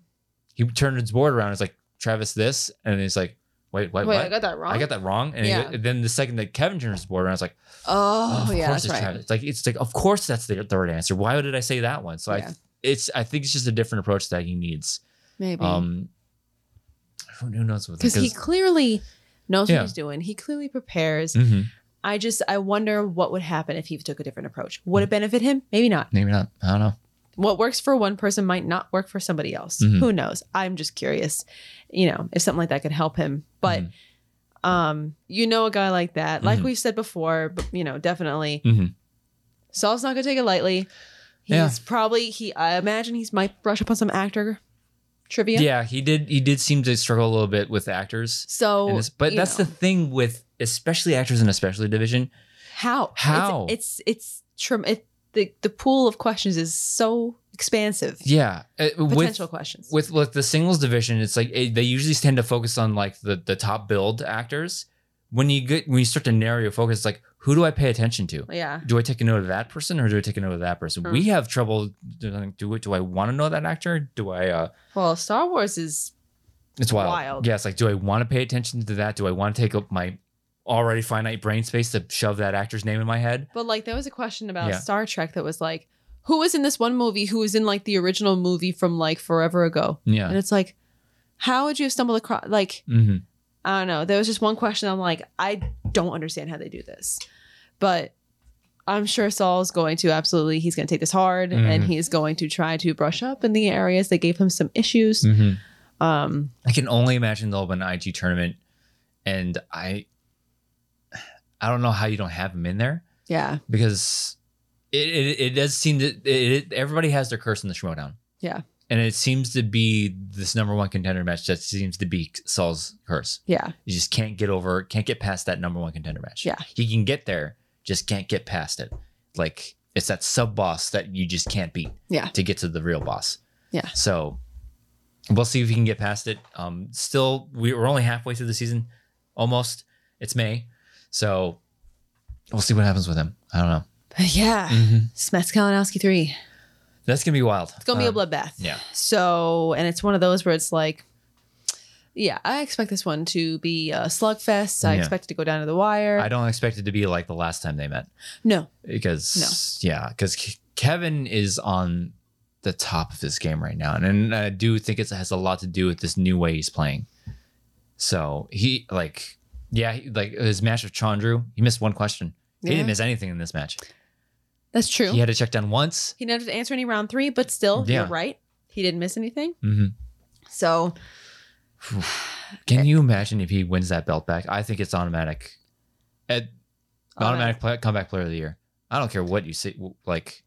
Speaker 1: he turned his board around it's like travis this and he's like wait wait,
Speaker 2: Wait,
Speaker 1: what
Speaker 2: I got that wrong.
Speaker 1: I got that wrong, and
Speaker 2: Yeah.
Speaker 1: then the second that Kevin turned his board around, it's like,
Speaker 2: Oh,
Speaker 1: of
Speaker 2: yeah,
Speaker 1: course
Speaker 2: that's
Speaker 1: it's
Speaker 2: right.
Speaker 1: Travis. Like it's like of course that's the third answer. Why did I say that one? So
Speaker 2: Yeah.
Speaker 1: I it's I think it's just a different approach that he needs.
Speaker 2: Maybe.
Speaker 1: Um who who knows what
Speaker 2: because he clearly knows
Speaker 1: Yeah.
Speaker 2: what he's doing. He clearly prepares.
Speaker 1: Mhm.
Speaker 2: I just I wonder what would happen if he took a different approach. Would it benefit him? Maybe not.
Speaker 1: maybe not. I don't know.
Speaker 2: What works for one person might not work for somebody else.
Speaker 1: Mhm.
Speaker 2: Who knows? I'm just curious, you know, if something like that could help him. But
Speaker 1: Mm-hmm.
Speaker 2: um, you know, a guy like that, like
Speaker 1: Mhm.
Speaker 2: we've said before, but you know, definitely
Speaker 1: Mhm.
Speaker 2: Saul's not gonna take it lightly. He's
Speaker 1: Yeah.
Speaker 2: probably he. I imagine he's might brush up on some actor trivia.
Speaker 1: Yeah. he did he did seem to struggle a little bit with actors.
Speaker 2: So,
Speaker 1: in this- but
Speaker 2: you
Speaker 1: that's
Speaker 2: know.
Speaker 1: the thing with especially actors in a specialty division.
Speaker 2: How? It's-
Speaker 1: How?
Speaker 2: It's it's, trem- it, the the pool of questions is so expansive.
Speaker 1: Yeah. Uh,
Speaker 2: Potential
Speaker 1: with,
Speaker 2: questions.
Speaker 1: with like the singles division, it's like it, they usually tend to focus on like the the top build actors. When you get when you start to narrow your focus, it's like who do I pay attention to?
Speaker 2: yeah.
Speaker 1: do I take a note of that person or do I take a note of that person?
Speaker 2: Hmm.
Speaker 1: We have trouble. doing- Do do I want to know that actor? Do I? uh
Speaker 2: Well, Star Wars is
Speaker 1: It's wild.
Speaker 2: Wild.
Speaker 1: Yes. Like, do I want to pay attention to that? Do I want to take up my already finite brain space to shove that actor's name in my head?
Speaker 2: but like there was a question about
Speaker 1: Yeah.
Speaker 2: Star Trek that was like who was in this one movie who was in like the original movie from like forever ago?
Speaker 1: Yeah.
Speaker 2: And it's like how would you have stumbled across like
Speaker 1: hmm
Speaker 2: I don't know. There was just one question I'm like I don't understand how they do this. But I'm sure Saul's going to absolutely he's going to take this hard and
Speaker 1: Mhm.
Speaker 2: he's going to try to brush up in the areas that gave him some issues.
Speaker 1: hmm
Speaker 2: Um
Speaker 1: I can only imagine they'll have an IG tournament, and I, I don't know how you don't have him in there
Speaker 2: yeah.
Speaker 1: because it it, it does seem that it, it, everybody has their curse in the Schmodown.
Speaker 2: Yeah.
Speaker 1: And it seems to be this number one contender match that seems to be Saul's curse.
Speaker 2: Yeah.
Speaker 1: You just can't get over, can't get past that number one contender match.
Speaker 2: Yeah.
Speaker 1: He can get there, just can't get past it. Like it's that sub boss that you just can't beat.
Speaker 2: Yeah.
Speaker 1: To get to the real boss.
Speaker 2: Yeah.
Speaker 1: So we'll see if he can get past it. Um, still, we- we're only halfway through the season, almost. It's May, so we'll see what happens with him. I don't know.
Speaker 2: Yeah.
Speaker 1: Mhm.
Speaker 2: Smets Kalinowski 3.
Speaker 1: That's gonna be wild.
Speaker 2: It's going to be a bloodbath.
Speaker 1: Um, yeah.
Speaker 2: So, and it's one of those where it's like, yeah, I expect this one to be a slugfest. I
Speaker 1: Yeah.
Speaker 2: expect it to go down to the wire.
Speaker 1: I don't expect it to be like the last time they met
Speaker 2: no.
Speaker 1: because yeah, because K- Kevin is on the top of this game right now, and, and I do think it has a lot to do with this new way he's playing. So he like yeah, he, like his match with Chandru, he missed one question. He
Speaker 2: Yeah.
Speaker 1: didn't miss anything in this match.
Speaker 2: That's true.
Speaker 1: He had to check down once.
Speaker 2: He didn't have to answer any round three, but still, you're
Speaker 1: Yeah.
Speaker 2: right. He didn't miss anything.
Speaker 1: hmm
Speaker 2: So,
Speaker 1: Can you imagine if he wins that belt back? I think it's automatic. At automatic play, comeback player of the year. I don't care what you say. Like,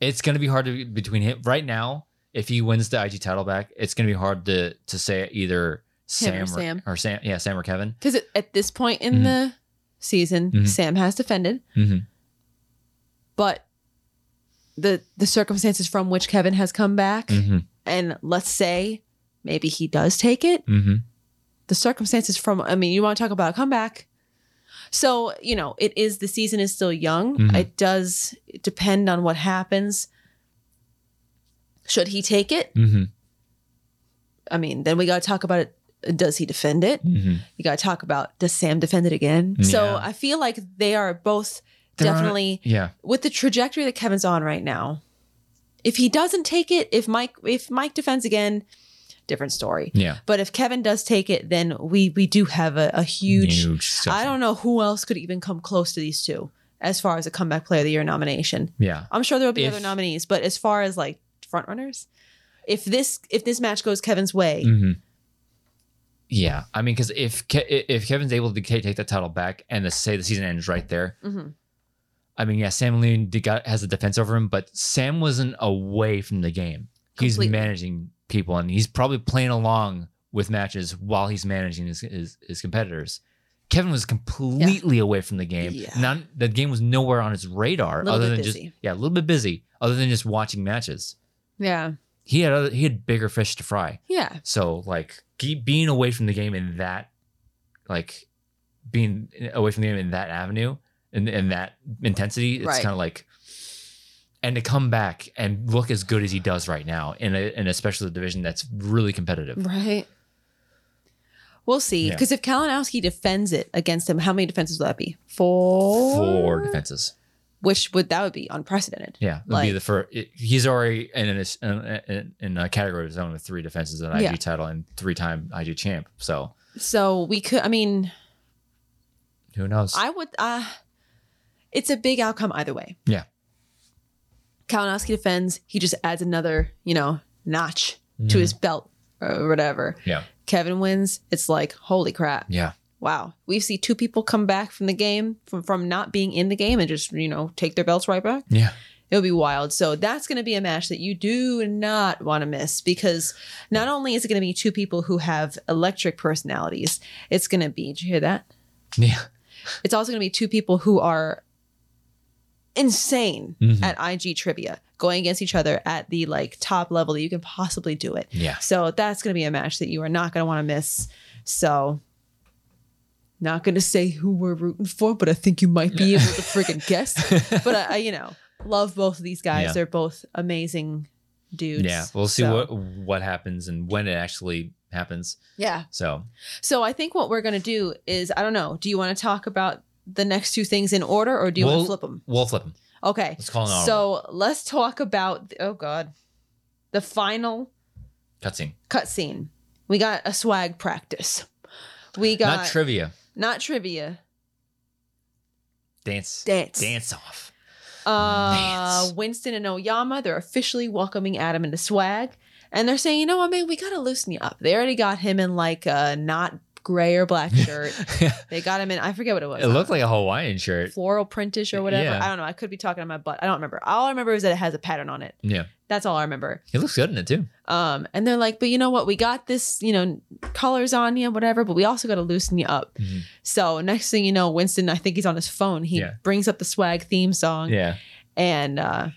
Speaker 1: it's gonna be hard to between him right now. If he wins the IG title back, it's gonna be hard to to say either Sam
Speaker 2: or
Speaker 1: or,
Speaker 2: Sam.
Speaker 1: or Sam, yeah, Sam or Kevin.
Speaker 2: because at this point in
Speaker 1: Mhm.
Speaker 2: the season,
Speaker 1: Mhm.
Speaker 2: Sam has defended,
Speaker 1: Mhm.
Speaker 2: but the the circumstances from which Kevin has come back,
Speaker 1: Mm-hmm.
Speaker 2: and let's say maybe he does take it,
Speaker 1: Mm-hmm.
Speaker 2: the circumstances from i mean you want to talk about a comeback so you know it is the season is still young
Speaker 1: Mhm.
Speaker 2: it does depend on what happens should he take it
Speaker 1: Mm-hmm.
Speaker 2: i mean then we got to talk about it does he defend it
Speaker 1: Mm-hmm.
Speaker 2: you got to talk about does sam defend it again so
Speaker 1: Yeah.
Speaker 2: i feel like they are both
Speaker 1: They're on a-
Speaker 2: definitely
Speaker 1: Yeah.
Speaker 2: with the trajectory that kevin's on right now if he doesn't take it if mike if mike defends again different story
Speaker 1: Yeah.
Speaker 2: but if Kevin does take it, then we we do have a, a huge.
Speaker 1: stuff.
Speaker 2: I don't know who else could even come close to these two as far as a comeback player of the year nomination.
Speaker 1: Yeah.
Speaker 2: I'm sure there will be
Speaker 1: If-
Speaker 2: other nominees, but as far as like front runners, if this if this match goes Kevin's way,
Speaker 1: Mm-hmm. Yeah. I mean, because if Ke- if Kevin's able to ta- take that title back and the, say the season ends right there,
Speaker 2: Mhm.
Speaker 1: I mean, yeah, Sam Lean did got, has a defense over him, but Sam wasn't away from the game. He's
Speaker 2: Completely.
Speaker 1: managing people, and he's probably playing along with matches while he's managing his his, his competitors. Kevin was completely away from the game.
Speaker 2: Yeah.
Speaker 1: Not the game was nowhere on his radar
Speaker 2: Little
Speaker 1: other
Speaker 2: bit
Speaker 1: than
Speaker 2: busy.
Speaker 1: just yeah, a little bit busy, other than just watching matches.
Speaker 2: Yeah.
Speaker 1: He had other, he had bigger fish to fry.
Speaker 2: Yeah.
Speaker 1: So like keep being away from the game in that like being away from the game in that avenue and in, that intensity, it's
Speaker 2: Right.
Speaker 1: kind of like and to come back and look as good as he does right now in a in a special division that's really competitive.
Speaker 2: Right. We'll see.
Speaker 1: Yeah.
Speaker 2: Because if Kalinowski defends it against him, how many defenses would that be? Four.
Speaker 1: Four defenses.
Speaker 2: Which would that would be unprecedented?
Speaker 1: Yeah, it'll be
Speaker 2: Like-
Speaker 1: the first. He's already in an, in, in a category of his own with three defenses and an
Speaker 2: Yeah.
Speaker 1: IG title and three-time IG champ. So
Speaker 2: So we could. I mean,
Speaker 1: who knows?
Speaker 2: I would. Uh, it's a big outcome either way.
Speaker 1: Yeah.
Speaker 2: Kalinowski defends. He just adds another, you know, notch
Speaker 1: Mm-hmm.
Speaker 2: to his belt or whatever.
Speaker 1: Mm. yeah,
Speaker 2: Kevin wins. It's like holy crap.
Speaker 1: yeah,
Speaker 2: Wow. We see two people come back from the game from, from not being in the game and just, you know, take their belts right back.
Speaker 1: yeah.
Speaker 2: It'll be wild. So that's going to be a match that you do not want to miss because not only is it going to be two people who have electric personalities, it's going to be, did you hear that?
Speaker 1: Yeah.
Speaker 2: It's also going to be two people who are insane
Speaker 1: Mhm.
Speaker 2: at IG trivia going against each other at the like top level that you can possibly do it.
Speaker 1: Yeah.
Speaker 2: So that's going to be a match that you are not going to want to miss. So not going to say who we're rooting for, but I think you might be able to friggin' guess but I, I, you know, love both of these guys.
Speaker 1: Yeah.
Speaker 2: They're both amazing dudes.
Speaker 1: yeah, we'll see
Speaker 2: So-
Speaker 1: what what happens and when it actually happens.
Speaker 2: Yeah.
Speaker 1: So
Speaker 2: So I think what we're gonna do is I don't know. Do you want to talk about the next two things in order, or do you
Speaker 1: Well-
Speaker 2: want to flip them?
Speaker 1: we'll flip him.
Speaker 2: Okay.
Speaker 1: Let's call an honorable
Speaker 2: So let's talk about the, oh god, the final
Speaker 1: cutscene,
Speaker 2: cutscene. We got a swag practice. We got
Speaker 1: not
Speaker 2: not,
Speaker 1: trivia,
Speaker 2: trivia
Speaker 1: dance,
Speaker 2: dance.
Speaker 1: dance off.
Speaker 2: Uh,
Speaker 1: Dance.
Speaker 2: Winston and Oyama, they're officially welcoming Adam into swag. And they're saying, you know what, man, we got to loosen you up. They already got him in like a not gray or black shirt.
Speaker 1: it
Speaker 2: they got him in, I forget what it was.
Speaker 1: looked like a Hawaiian shirt.
Speaker 2: floral printish or whatever.
Speaker 1: Yeah.
Speaker 2: I don't know. I could be talking on my butt. I don't remember. All I remember is that it has a pattern on it.
Speaker 1: Yeah,
Speaker 2: That's all I remember.
Speaker 1: he looks good in it too.
Speaker 2: Um, and they're like, but you know what? We got this, you know, colors on you, whatever, but we also got to loosen you up.
Speaker 1: Mhm.
Speaker 2: So next thing you know, Winston, I think he's on his phone. He
Speaker 1: Yeah.
Speaker 2: brings up the swag theme song
Speaker 1: Yeah,
Speaker 2: and uh,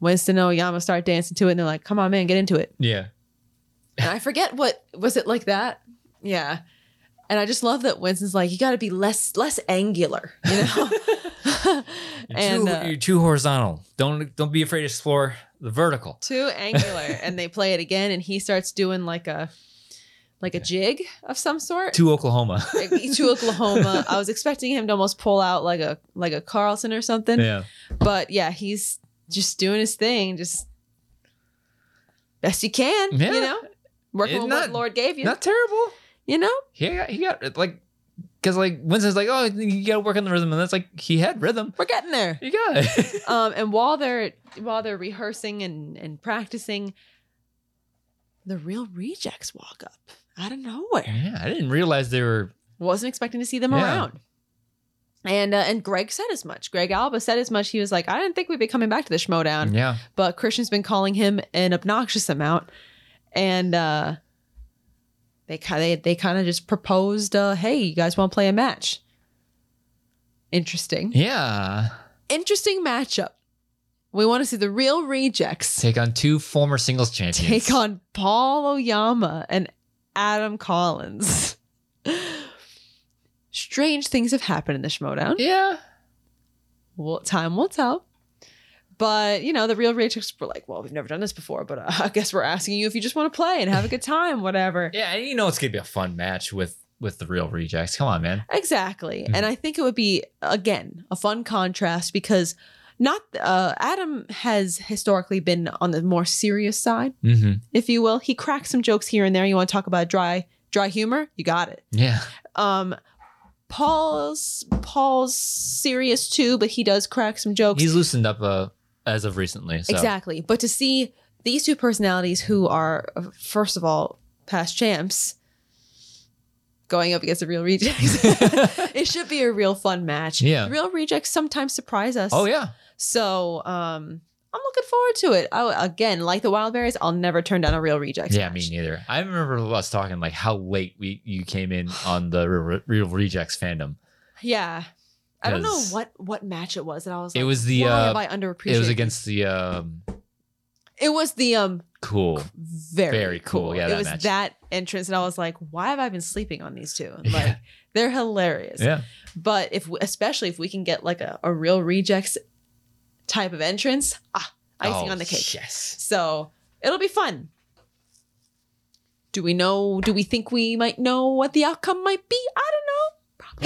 Speaker 2: Winston and Oyama start dancing to it, and they're like, "Come on, man, get into it."
Speaker 1: yeah,
Speaker 2: And I forget what was it like that. Yeah, and I just love that Winston's like, "You got to be less less angular," you know.
Speaker 1: You're
Speaker 2: and
Speaker 1: too,
Speaker 2: uh,
Speaker 1: you're too horizontal. Don't don't be afraid to explore the vertical.
Speaker 2: too angular, and they play it again, and he starts doing like a like a jig of some sort.
Speaker 1: To Oklahoma.
Speaker 2: Like, to Oklahoma, I was expecting him to almost pull out like a like a Carlson or something,
Speaker 1: yeah.
Speaker 2: but yeah, he's just doing his thing, just best you can,
Speaker 1: Yeah.
Speaker 2: you know, working
Speaker 1: It's
Speaker 2: with
Speaker 1: not-
Speaker 2: what the Lord gave you,
Speaker 1: Not terrible.
Speaker 2: you know.
Speaker 1: He got, he got like, because like Winston's like, oh, you got to work on the rhythm, and that's like he had rhythm.
Speaker 2: We're getting there.
Speaker 1: You got it.
Speaker 2: Um, and while they're while they're rehearsing and and practicing, the real rejects walk up out of nowhere.
Speaker 1: yeah, I didn't realize they were.
Speaker 2: Wasn't expecting to see them
Speaker 1: Yeah.
Speaker 2: around. And uh, and Greg said as much. Greg Alba said as much. He was like, I didn't think we'd be coming back to the Schmodown.
Speaker 1: Yeah,
Speaker 2: but Christian's been calling him an obnoxious amount, and uh, they kind they, they kind of just proposed, uh, "Hey, you guys want to play a match?" Interesting,
Speaker 1: yeah.
Speaker 2: interesting matchup. We want to see the real rejects
Speaker 1: Take on two former singles champions.
Speaker 2: take on Paul Oyama and Adam Collins. Strange things have happened in the Schmodown.
Speaker 1: Yeah.
Speaker 2: Well, time will tell. But you know, the real rejects were like, "Well, we've never done this before, but uh, I guess we're asking you if you just want to play and have a good time, whatever."
Speaker 1: Yeah, and you know it's gonna be a fun match with with the real rejects. Come on, man.
Speaker 2: Exactly,
Speaker 1: Mhm.
Speaker 2: and I think it would be again a fun contrast because not uh, Adam has historically been on the more serious side,
Speaker 1: Mm-hmm.
Speaker 2: if you will. He cracks some jokes here and there. You want to talk about dry dry humor? You got it.
Speaker 1: Yeah.
Speaker 2: Um, Paul's Paul's serious too, but he does crack some jokes.
Speaker 1: He's loosened up uh, as of recently. So.
Speaker 2: Exactly. But to see these two personalities who are, first of all, past champs going up against the real rejects, it should be a real fun match.
Speaker 1: Yeah.
Speaker 2: Real rejects sometimes surprise us.
Speaker 1: oh yeah.
Speaker 2: So um, I'm looking forward to it. I, again, like the wild berries, I'll never turn down a real reject.
Speaker 1: Yeah, me neither. I remember us talking like how late we you came in on the Re- Real Rejects fandom.
Speaker 2: Yeah. I don't know
Speaker 1: 'Cause-
Speaker 2: what what match it was that I was.
Speaker 1: It
Speaker 2: like,
Speaker 1: was the
Speaker 2: why have
Speaker 1: uh,
Speaker 2: I underappreciated?
Speaker 1: it was against the um,
Speaker 2: It was the um
Speaker 1: cool.
Speaker 2: very,
Speaker 1: Very cool.
Speaker 2: cool.
Speaker 1: Yeah,
Speaker 2: it
Speaker 1: that
Speaker 2: was
Speaker 1: match.
Speaker 2: that entrance, and I was like, why have I been sleeping on these two? Like
Speaker 1: Yeah.
Speaker 2: they're hilarious.
Speaker 1: Yeah,
Speaker 2: But if especially if we can get like a, a real rejects type of entrance, ah, icing
Speaker 1: Oh,
Speaker 2: on the cake.
Speaker 1: Yes.
Speaker 2: So it'll be fun. Do we know? Do we think we might know what the outcome might be? I don't know.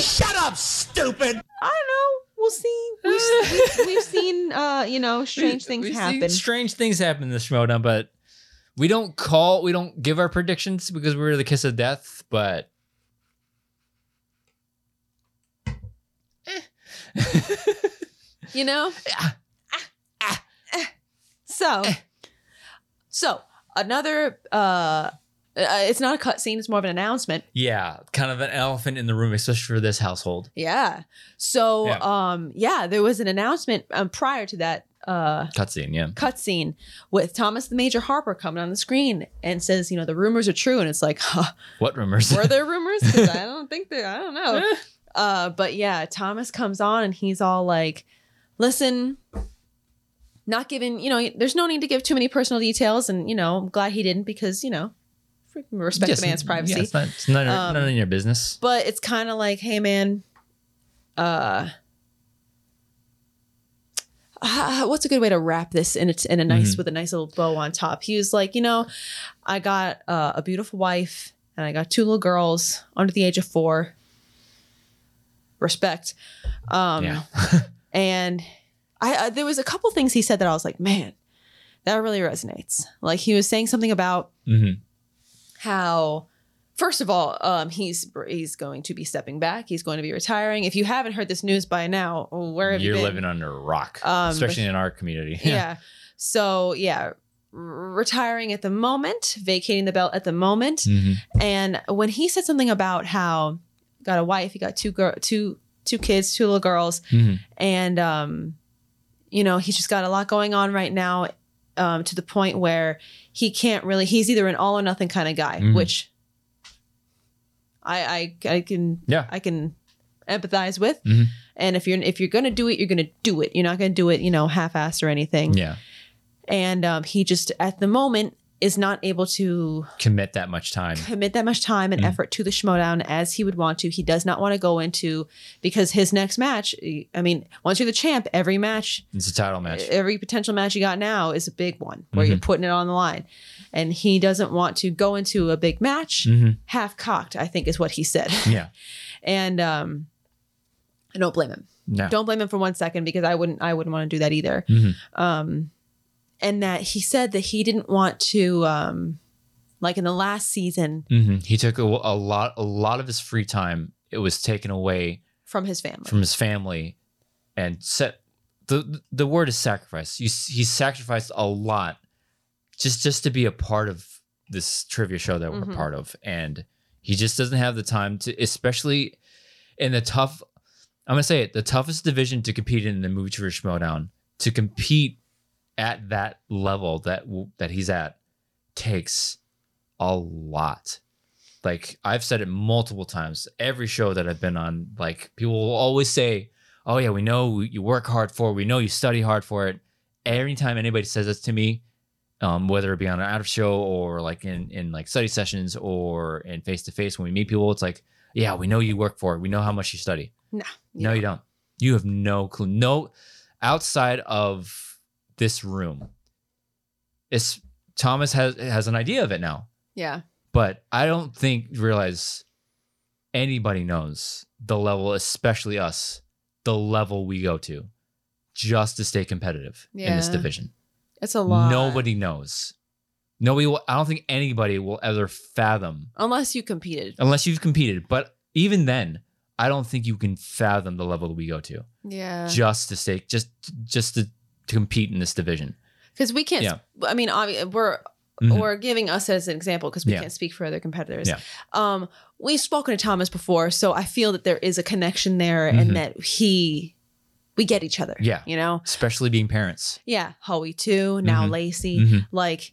Speaker 3: Shut up, stupid!
Speaker 2: I don't know. We'll see. We've, we've, we've seen, uh, you know, strange things
Speaker 1: We've seen
Speaker 2: happen.
Speaker 1: Strange things happen in this showdown, but we don't call, we don't give our predictions because we're the kiss of death. But
Speaker 2: you know. So, so another. Uh, uh, it's not a cutscene. It's more of an announcement.
Speaker 1: yeah, kind of an elephant in the room, especially for this household.
Speaker 2: Yeah. So,
Speaker 1: Yeah.
Speaker 2: um, yeah, there was an announcement um, prior to that. Uh,
Speaker 1: Cutscene, yeah.
Speaker 2: cutscene with Thomas the Major Harper coming on the screen and says, you know, the rumors are true. And it's like, huh,
Speaker 1: What rumors?
Speaker 2: were there rumors? 'Cause I don't think that, I don't know. Uh, but yeah, Thomas comes on and he's all like, listen, not giving, you know, there's no need to give too many personal details. And, you know, I'm glad he didn't because, you know, freaking respect
Speaker 1: Yes,
Speaker 2: the man's privacy.
Speaker 1: Yeah, it's not, it's none, of your-
Speaker 2: Um,
Speaker 1: none of your business.
Speaker 2: But it's kind of like, hey, man, uh, ah, what's a good way to wrap this in a, in a nice
Speaker 1: Mhm.
Speaker 2: with a nice little bow on top? He was like, you know, I got uh, a beautiful wife and I got two little girls under the age of four. Respect. Um,
Speaker 1: yeah.
Speaker 2: and I, I there was a couple things he said that I was like, man, that really resonates. Like he was saying something about
Speaker 1: hmm
Speaker 2: how first of all um, he's he's going to be stepping back he's going to be retiring if you haven't heard this news by now where have
Speaker 1: You're
Speaker 2: you been
Speaker 1: living under a rock,
Speaker 2: Um,
Speaker 1: especially in our community.
Speaker 2: yeah. so yeah r- retiring at the moment vacating the belt at the moment
Speaker 1: Mhm.
Speaker 2: and when he said something about how got a wife he got two girl two two kids two little girls
Speaker 1: Mhm.
Speaker 2: and um you know he's just got a lot going on right now um to the point where he can't really he's either an all or nothing kind of guy
Speaker 1: Mhm.
Speaker 2: which I, I i can
Speaker 1: Yeah.
Speaker 2: i can empathize with
Speaker 1: Mhm.
Speaker 2: and if you're if you're gonna do it you're gonna do it you're not gonna do it you know half-assed or anything
Speaker 1: Yeah.
Speaker 2: and um he just at the moment is not able to
Speaker 1: Commit that much time.
Speaker 2: commit that much time and
Speaker 1: Mhm.
Speaker 2: effort to the schmodown as he would want to. He does not want to go into because his next match. I mean, once you're the champ, every match,
Speaker 1: It's a title match.
Speaker 2: every potential match you got now is a big one where
Speaker 1: Mm-hmm.
Speaker 2: you're putting it on the line, and he doesn't want to go into a big match
Speaker 1: Mhm.
Speaker 2: half cocked. I think is what he said,
Speaker 1: Yeah.
Speaker 2: and um, I don't blame him.
Speaker 1: No.
Speaker 2: Don't blame him for one second because I wouldn't. I wouldn't want to do that either
Speaker 1: Mhm.
Speaker 2: um, and that he said that he didn't want to, um, like in the last season,
Speaker 1: hmm He took a, a lot, a lot of his free time. It was taken away
Speaker 2: from his family.
Speaker 1: from his family, and set the the word is sacrifice. You, s- he sacrificed a lot just just to be a part of this trivia show that
Speaker 2: Mhm.
Speaker 1: we're part of, and he just doesn't have the time to, especially in the tough. I'm gonna say it, the toughest division to compete in the movie trivia showdown. To compete at that level that w- that he's at takes a lot. Like I've said it multiple times, every show that I've been on, like people will always say, "Oh yeah, we know you work hard for it. We know you study hard for it." Anytime anybody says this to me, um, whether it be on an out of show or like in in like study sessions or in face to face when we meet people, it's like, "Yeah, we know you work for it. We know how much you study."
Speaker 2: No, you
Speaker 1: no, you don't. You have no clue. No, outside of this room, it's Thomas has has an idea of it now
Speaker 2: Yeah.
Speaker 1: but I don't think realize anybody knows the level, especially us, the level we go to just to stay competitive in this
Speaker 2: Yeah.
Speaker 1: division.
Speaker 2: It's a lot.
Speaker 1: Nobody knows. Nobody will, I don't think anybody will ever fathom
Speaker 2: Unless you competed.
Speaker 1: unless you've competed. But even then, I don't think you can fathom the level we go to
Speaker 2: Yeah.
Speaker 1: just to stay, just, just to, to compete in this division.
Speaker 2: Because we can't.
Speaker 1: Yeah.
Speaker 2: I mean, obvi- we're
Speaker 1: Mhm.
Speaker 2: we're giving us as an example because we
Speaker 1: Yeah.
Speaker 2: can't speak for other competitors.
Speaker 1: Yeah.
Speaker 2: Um, we've spoken to Thomas before, so I feel that there is a connection there, and
Speaker 1: Mhm.
Speaker 2: that he. we get each other.
Speaker 1: Mm-hmm. Yeah.
Speaker 2: You know?
Speaker 1: especially being parents.
Speaker 2: Yeah. Howie too, now
Speaker 1: Mhm.
Speaker 2: Lacey.
Speaker 1: Mhm.
Speaker 2: Like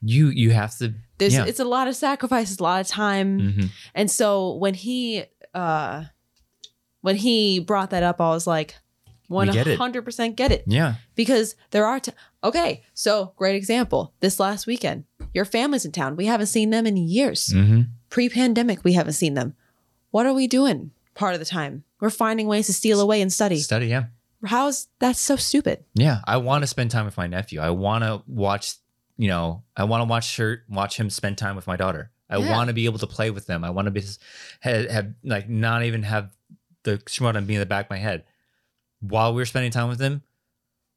Speaker 1: You you have to.
Speaker 2: there's
Speaker 1: Yeah.
Speaker 2: it's a lot of sacrifices, a lot of time.
Speaker 1: mhm.
Speaker 2: And so when he uh when he brought that up, I was like,
Speaker 1: We get it.
Speaker 2: 100% get it.
Speaker 1: Yeah.
Speaker 2: because there are t- okay so great example this last weekend your family's in town we haven't seen them in years
Speaker 1: Mm-hmm.
Speaker 2: pre-pandemic we haven't seen them what are we doing part of the time we're finding ways to steal away and study
Speaker 1: Study. Yeah.
Speaker 2: how's that's so stupid
Speaker 1: Yeah. I want to spend time with my nephew. I want to watch. You know, I want to watch her watch him spend time with my daughter. I
Speaker 2: Yeah.
Speaker 1: want to be able to play with them. I want to be have, have like not even have the Shimoda be in the back of my head. While we were spending time with them,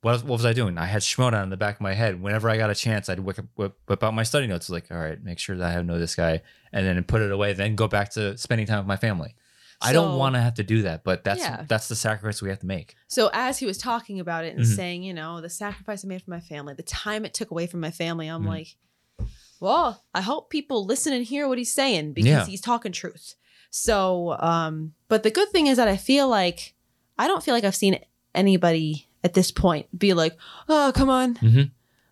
Speaker 1: what, what was I doing? I had Shimoda in the back of my head. Whenever I got a chance, I'd whip, whip, whip out my study notes. Like, all right, make sure that I know this guy, and then put it away. Then go back to spending time with my family. I
Speaker 2: So-
Speaker 1: don't want to have to do that, but that's
Speaker 2: Yeah.
Speaker 1: that's the sacrifice we have to make.
Speaker 2: so as he was talking about it and
Speaker 1: Mhm.
Speaker 2: saying you know the sacrifice i made for my family the time it took away from my family i'm
Speaker 1: Mhm.
Speaker 2: like well i hope people listen and hear what he's saying because
Speaker 1: Yeah.
Speaker 2: he's talking truth so um but the good thing is that i feel like i don't feel like i've seen anybody at this point be like oh come on
Speaker 1: Mhm.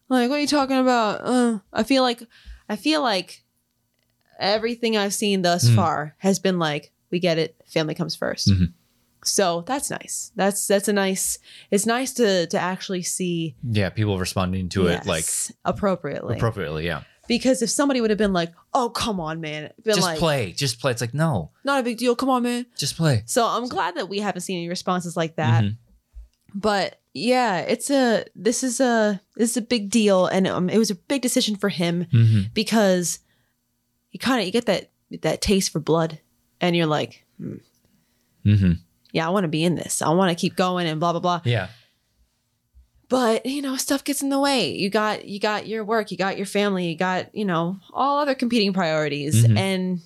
Speaker 2: like what are you talking about uh, i feel like i feel like everything i've seen thus
Speaker 1: Mhm.
Speaker 2: far has been like we get it family comes 1st
Speaker 1: Mhm.
Speaker 2: so that's nice that's that's a nice it's nice to to actually see
Speaker 1: Yeah, people responding to it like
Speaker 2: yes, appropriately
Speaker 1: appropriately. Yeah,
Speaker 2: because if somebody would have been like oh come on man been
Speaker 1: just
Speaker 2: like
Speaker 1: play, just play. It's like no,
Speaker 2: not a big deal come on man
Speaker 1: just play.
Speaker 2: so i'm glad that we haven't seen any responses like that
Speaker 1: Mm-hmm.
Speaker 2: but yeah it's a this is a this is a big deal and um, it was a big decision for him
Speaker 1: Mm-hmm.
Speaker 2: because you kind of you get that that taste for blood and you're like hmm,
Speaker 1: Mm-hmm.
Speaker 2: yeah i want to be in this i want to keep going and blah blah blah
Speaker 1: Yeah,
Speaker 2: but you know stuff gets in the way you got you got your work you got your family you got you know all other competing priorities
Speaker 1: Mhm.
Speaker 2: and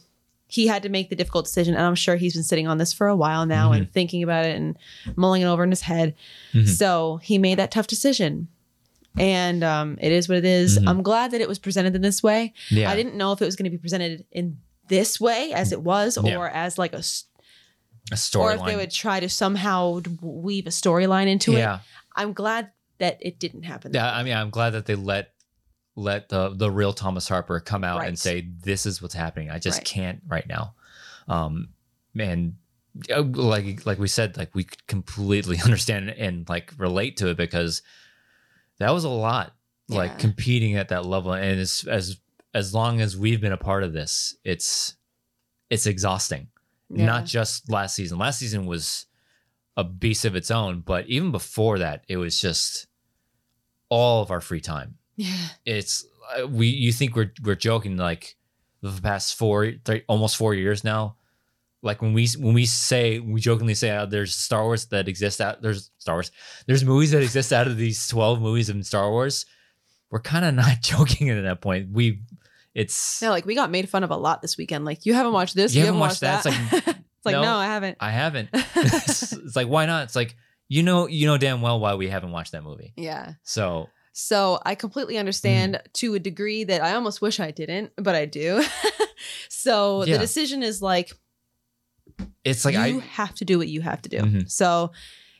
Speaker 2: he had to make the difficult decision and i'm sure he's been sitting on this for a while now
Speaker 1: Mm-hmm.
Speaker 2: and thinking about it and mulling it over in his head
Speaker 1: Mhm.
Speaker 2: so he made that tough decision and um, it is what it is.
Speaker 1: Mhm.
Speaker 2: i'm glad that it was presented in this way
Speaker 1: yeah.
Speaker 2: I didn't know if it was going to be presented in this way as it was, or
Speaker 1: Yeah.
Speaker 2: as like a, s-
Speaker 1: a
Speaker 2: or if they
Speaker 1: storyline.
Speaker 2: would try to somehow d- weave a storyline into it.
Speaker 1: yeah,
Speaker 2: I'm glad that it didn't happen.
Speaker 1: yeah. I mean, I'm glad that they let let the the real Thomas Harper come out
Speaker 2: Right.
Speaker 1: and say this is what's happening. I just
Speaker 2: Right.
Speaker 1: can't right now. Um, and uh, like like we said, like we could completely understand and like relate to it because that was a lot.
Speaker 2: Yeah.
Speaker 1: Like competing at that level, and as as as long as we've been a part of this, it's it's exhausting.
Speaker 2: Yeah.
Speaker 1: not just last season. Last season was a beast of its own, but even before that, it was just all of our free time.
Speaker 2: yeah,
Speaker 1: It's uh, we you think we're we're joking like the past four three, almost four years now. Like when we when we say we jokingly say oh, there's Star Wars that exist out there's Star Wars there's movies that exist out of these twelve movies in Star Wars, we're kind of not joking at that point. We it's
Speaker 2: no, like we got made fun of a lot this weekend. Like you haven't watched this, you, haven't watched, that. It's like, no,
Speaker 1: no.
Speaker 2: I haven't.
Speaker 1: I haven't. it's, it's like why not? It's like you know you know damn well why we haven't watched that movie.
Speaker 2: yeah.
Speaker 1: So
Speaker 2: So I completely understand to a degree that I almost wish I didn't, but I do. so
Speaker 1: Yeah.
Speaker 2: the decision is like
Speaker 1: it's like
Speaker 2: you
Speaker 1: I
Speaker 2: have to do what you have to do.
Speaker 1: Mhm.
Speaker 2: So,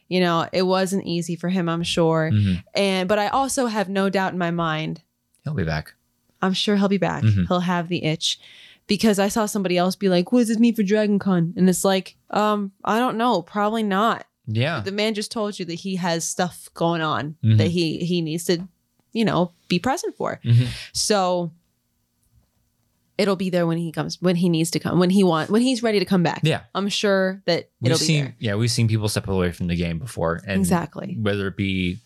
Speaker 2: you know, it wasn't easy for him, I'm sure.
Speaker 1: Mhm.
Speaker 2: And but I also have no doubt in my mind,
Speaker 1: he'll be back.
Speaker 2: I'm sure he'll be back.
Speaker 1: Mhm.
Speaker 2: He'll have the itch. Because I saw somebody else be like, What does this mean for Dragon Con? And it's like, um, I don't know, probably not.
Speaker 1: Yeah.
Speaker 2: The man just told you that he has stuff going on
Speaker 1: Mhm.
Speaker 2: that he he needs to, you know, be present for.
Speaker 1: Mhm.
Speaker 2: So it'll be there when he comes when he needs to come, when he want when he's ready to come back.
Speaker 1: Yeah.
Speaker 2: I'm sure that
Speaker 1: We've
Speaker 2: it'll be
Speaker 1: seen
Speaker 2: there.
Speaker 1: yeah we've seen people step away from the game before and
Speaker 2: exactly.
Speaker 1: whether it be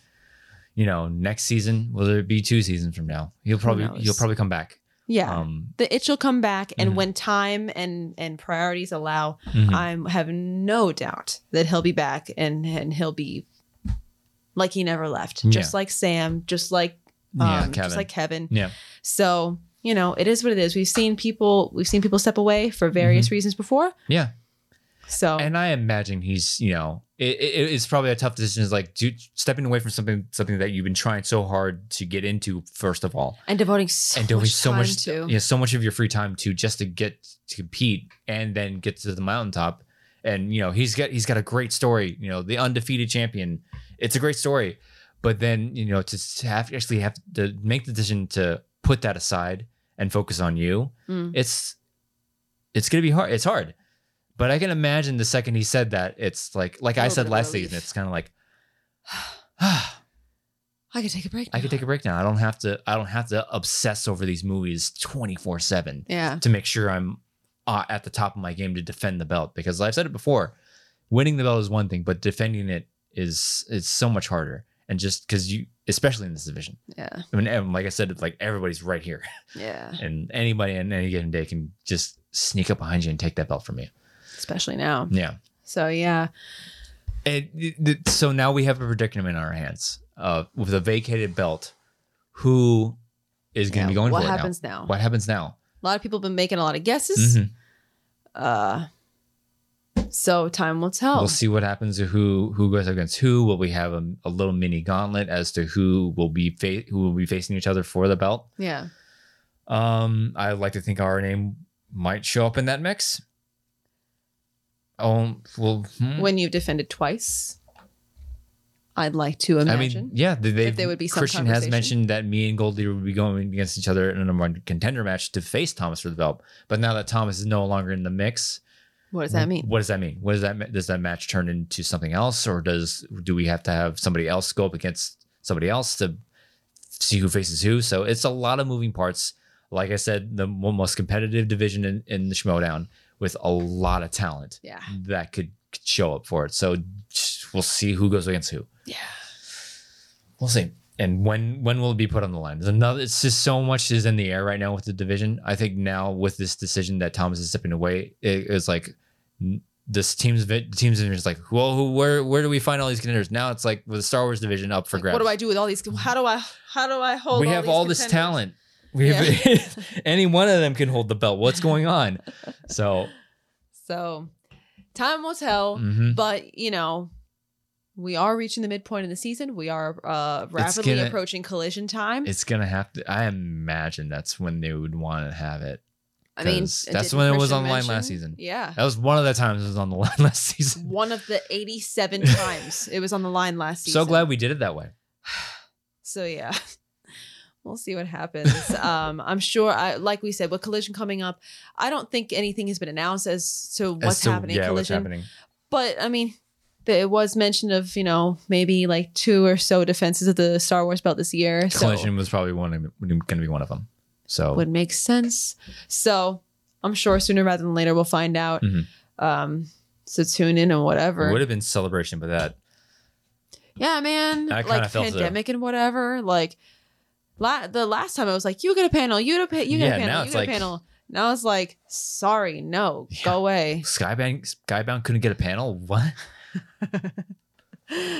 Speaker 1: you know next season whether it be two seasons from now he'll probably
Speaker 2: knows?
Speaker 1: he'll probably come back.
Speaker 2: Yeah.
Speaker 1: Um.
Speaker 2: the itch will come back and
Speaker 1: Mhm.
Speaker 2: when time and and priorities allow,
Speaker 1: mhm.
Speaker 2: I have no doubt that he'll be back and and he'll be like he never left. Just like Sam, just like um,
Speaker 1: yeah. Kevin.
Speaker 2: just like Kevin.
Speaker 1: yeah.
Speaker 2: So, you know, it is what it is. We've seen people we've seen people step away for various reasons before.
Speaker 1: Mm-hmm. Yeah.
Speaker 2: So
Speaker 1: And I imagine he's, you know, it, it, it's probably a tough decision. Is like do, stepping away from something, something that you've been trying so hard to get into. First of all,
Speaker 2: and devoting so
Speaker 1: and doing
Speaker 2: much
Speaker 1: so
Speaker 2: time
Speaker 1: much
Speaker 2: to
Speaker 1: yeah so much of your free time to just to get to compete and then get to the mountaintop and you know he's got he's got a great story. You know, the undefeated champion. It's a great story, but then you know to, to have actually have to make the decision to put that aside and focus on you.
Speaker 2: Mm.
Speaker 1: It's it's gonna be hard. It's hard, but I can imagine the second he said that, it's like like I
Speaker 2: Little bit
Speaker 1: said
Speaker 2: of
Speaker 1: last
Speaker 2: relief.
Speaker 1: season. It's kind of like.
Speaker 2: I could take a break.
Speaker 1: I could take a break now. I don't have to. I don't have to obsess over these movies twenty four seven
Speaker 2: Yeah.
Speaker 1: to make sure I'm uh, at the top of my game to defend the belt. Because I've said it before, winning the belt is one thing, but defending it is it's so much harder. And just because you, especially in this division,
Speaker 2: Yeah.
Speaker 1: I mean, and like I said, it's like everybody's right here,
Speaker 2: Yeah.
Speaker 1: and anybody in any given day can just sneak up behind you and take that belt from you.
Speaker 2: Especially now.
Speaker 1: Yeah.
Speaker 2: So yeah.
Speaker 1: And th- th- so now we have a predicament in our hands uh, with a vacated belt. Who is going to
Speaker 2: Yeah,
Speaker 1: be going
Speaker 2: what
Speaker 1: for it now?
Speaker 2: happens now?
Speaker 1: What happens now?
Speaker 2: A lot of people have been making a lot of guesses.
Speaker 1: Mhm.
Speaker 2: Uh so time will tell.
Speaker 1: We'll see what happens to who who goes against who. Will we have a, a little mini gauntlet as to who will be fa- who will be facing each other for the belt?
Speaker 2: Yeah.
Speaker 1: Um, I like to think our name might show up in that mix. Oh well, hmm.
Speaker 2: When you've defended twice, I'd like to
Speaker 1: I
Speaker 2: imagine.
Speaker 1: mean, yeah, they, they,
Speaker 2: if there would be some
Speaker 1: Christian has
Speaker 2: conversation.
Speaker 1: mentioned that me and Goldie would be going against each other in a number one contender match to face Thomas for the belt. But now that Thomas is no longer in the mix,
Speaker 2: what does that mean?
Speaker 1: What does that mean? What does that ma- does that match turn into something else, or does do we have to have somebody else go up against somebody else to see who faces who? So it's a lot of moving parts. Like I said, the mo- most competitive division in, in the Schmodown with a lot of talent
Speaker 2: Yeah.
Speaker 1: that could could show up for it. So we'll see who goes against who.
Speaker 2: Yeah.
Speaker 1: We'll see. And when when will it be put on the line? There's another. It's just so much is in the air right now with the division. I think now with this decision that Thomas is stepping away, it, it's like n- this team's vi- team's division is like, well, who, where where do we find all these contenders? Now it's like with the Star Wars division up for grabs.
Speaker 2: What do I do with all these how do I how do I hold
Speaker 1: we have
Speaker 2: these
Speaker 1: all this
Speaker 2: contenders?
Speaker 1: talent. We have any one of them can hold the belt. What's going on? So
Speaker 2: So time will tell.
Speaker 1: mhm.
Speaker 2: But you know, we are reaching the midpoint of the season. We are uh, rapidly
Speaker 1: gonna-
Speaker 2: approaching collision time.
Speaker 1: it's gonna have to. I imagine that's when they would want to have it.
Speaker 2: I mean,
Speaker 1: 'cause that's
Speaker 2: didn't
Speaker 1: when it was
Speaker 2: Christian
Speaker 1: on the line last
Speaker 2: mention?
Speaker 1: season.
Speaker 2: Yeah,
Speaker 1: That was one of the times it was on the line last season.
Speaker 2: one of the eighty-seven times it was on the line last season.
Speaker 1: So glad we did it that way.
Speaker 2: So yeah. We'll see what happens. um, I'm sure, I, like we said, with collision coming up, I don't think anything has been announced as to what's
Speaker 1: As to-
Speaker 2: happening. in
Speaker 1: Yeah,
Speaker 2: collision,
Speaker 1: what's happening?
Speaker 2: but I mean, there was mention of you know maybe like two or so defenses of the Star Wars belt this year. so-
Speaker 1: Collision was probably one going to be one of them. So
Speaker 2: would make sense. So I'm sure sooner rather than later we'll find out.
Speaker 1: Mhm.
Speaker 2: Um, so tune in and
Speaker 1: it would
Speaker 2: whatever.
Speaker 1: have been celebration, but that
Speaker 2: Yeah, man.
Speaker 1: I kinda
Speaker 2: Like
Speaker 1: felt so.
Speaker 2: pandemic and whatever. Like la- the last time I was like, you get a panel, you get a, pa- you get
Speaker 1: Yeah,
Speaker 2: a panel,
Speaker 1: now
Speaker 2: you
Speaker 1: it's
Speaker 2: get
Speaker 1: like-
Speaker 2: a panel. Now it's like, sorry, no,
Speaker 1: Yeah.
Speaker 2: go away.
Speaker 1: Skybound Skybound couldn't get a panel. What?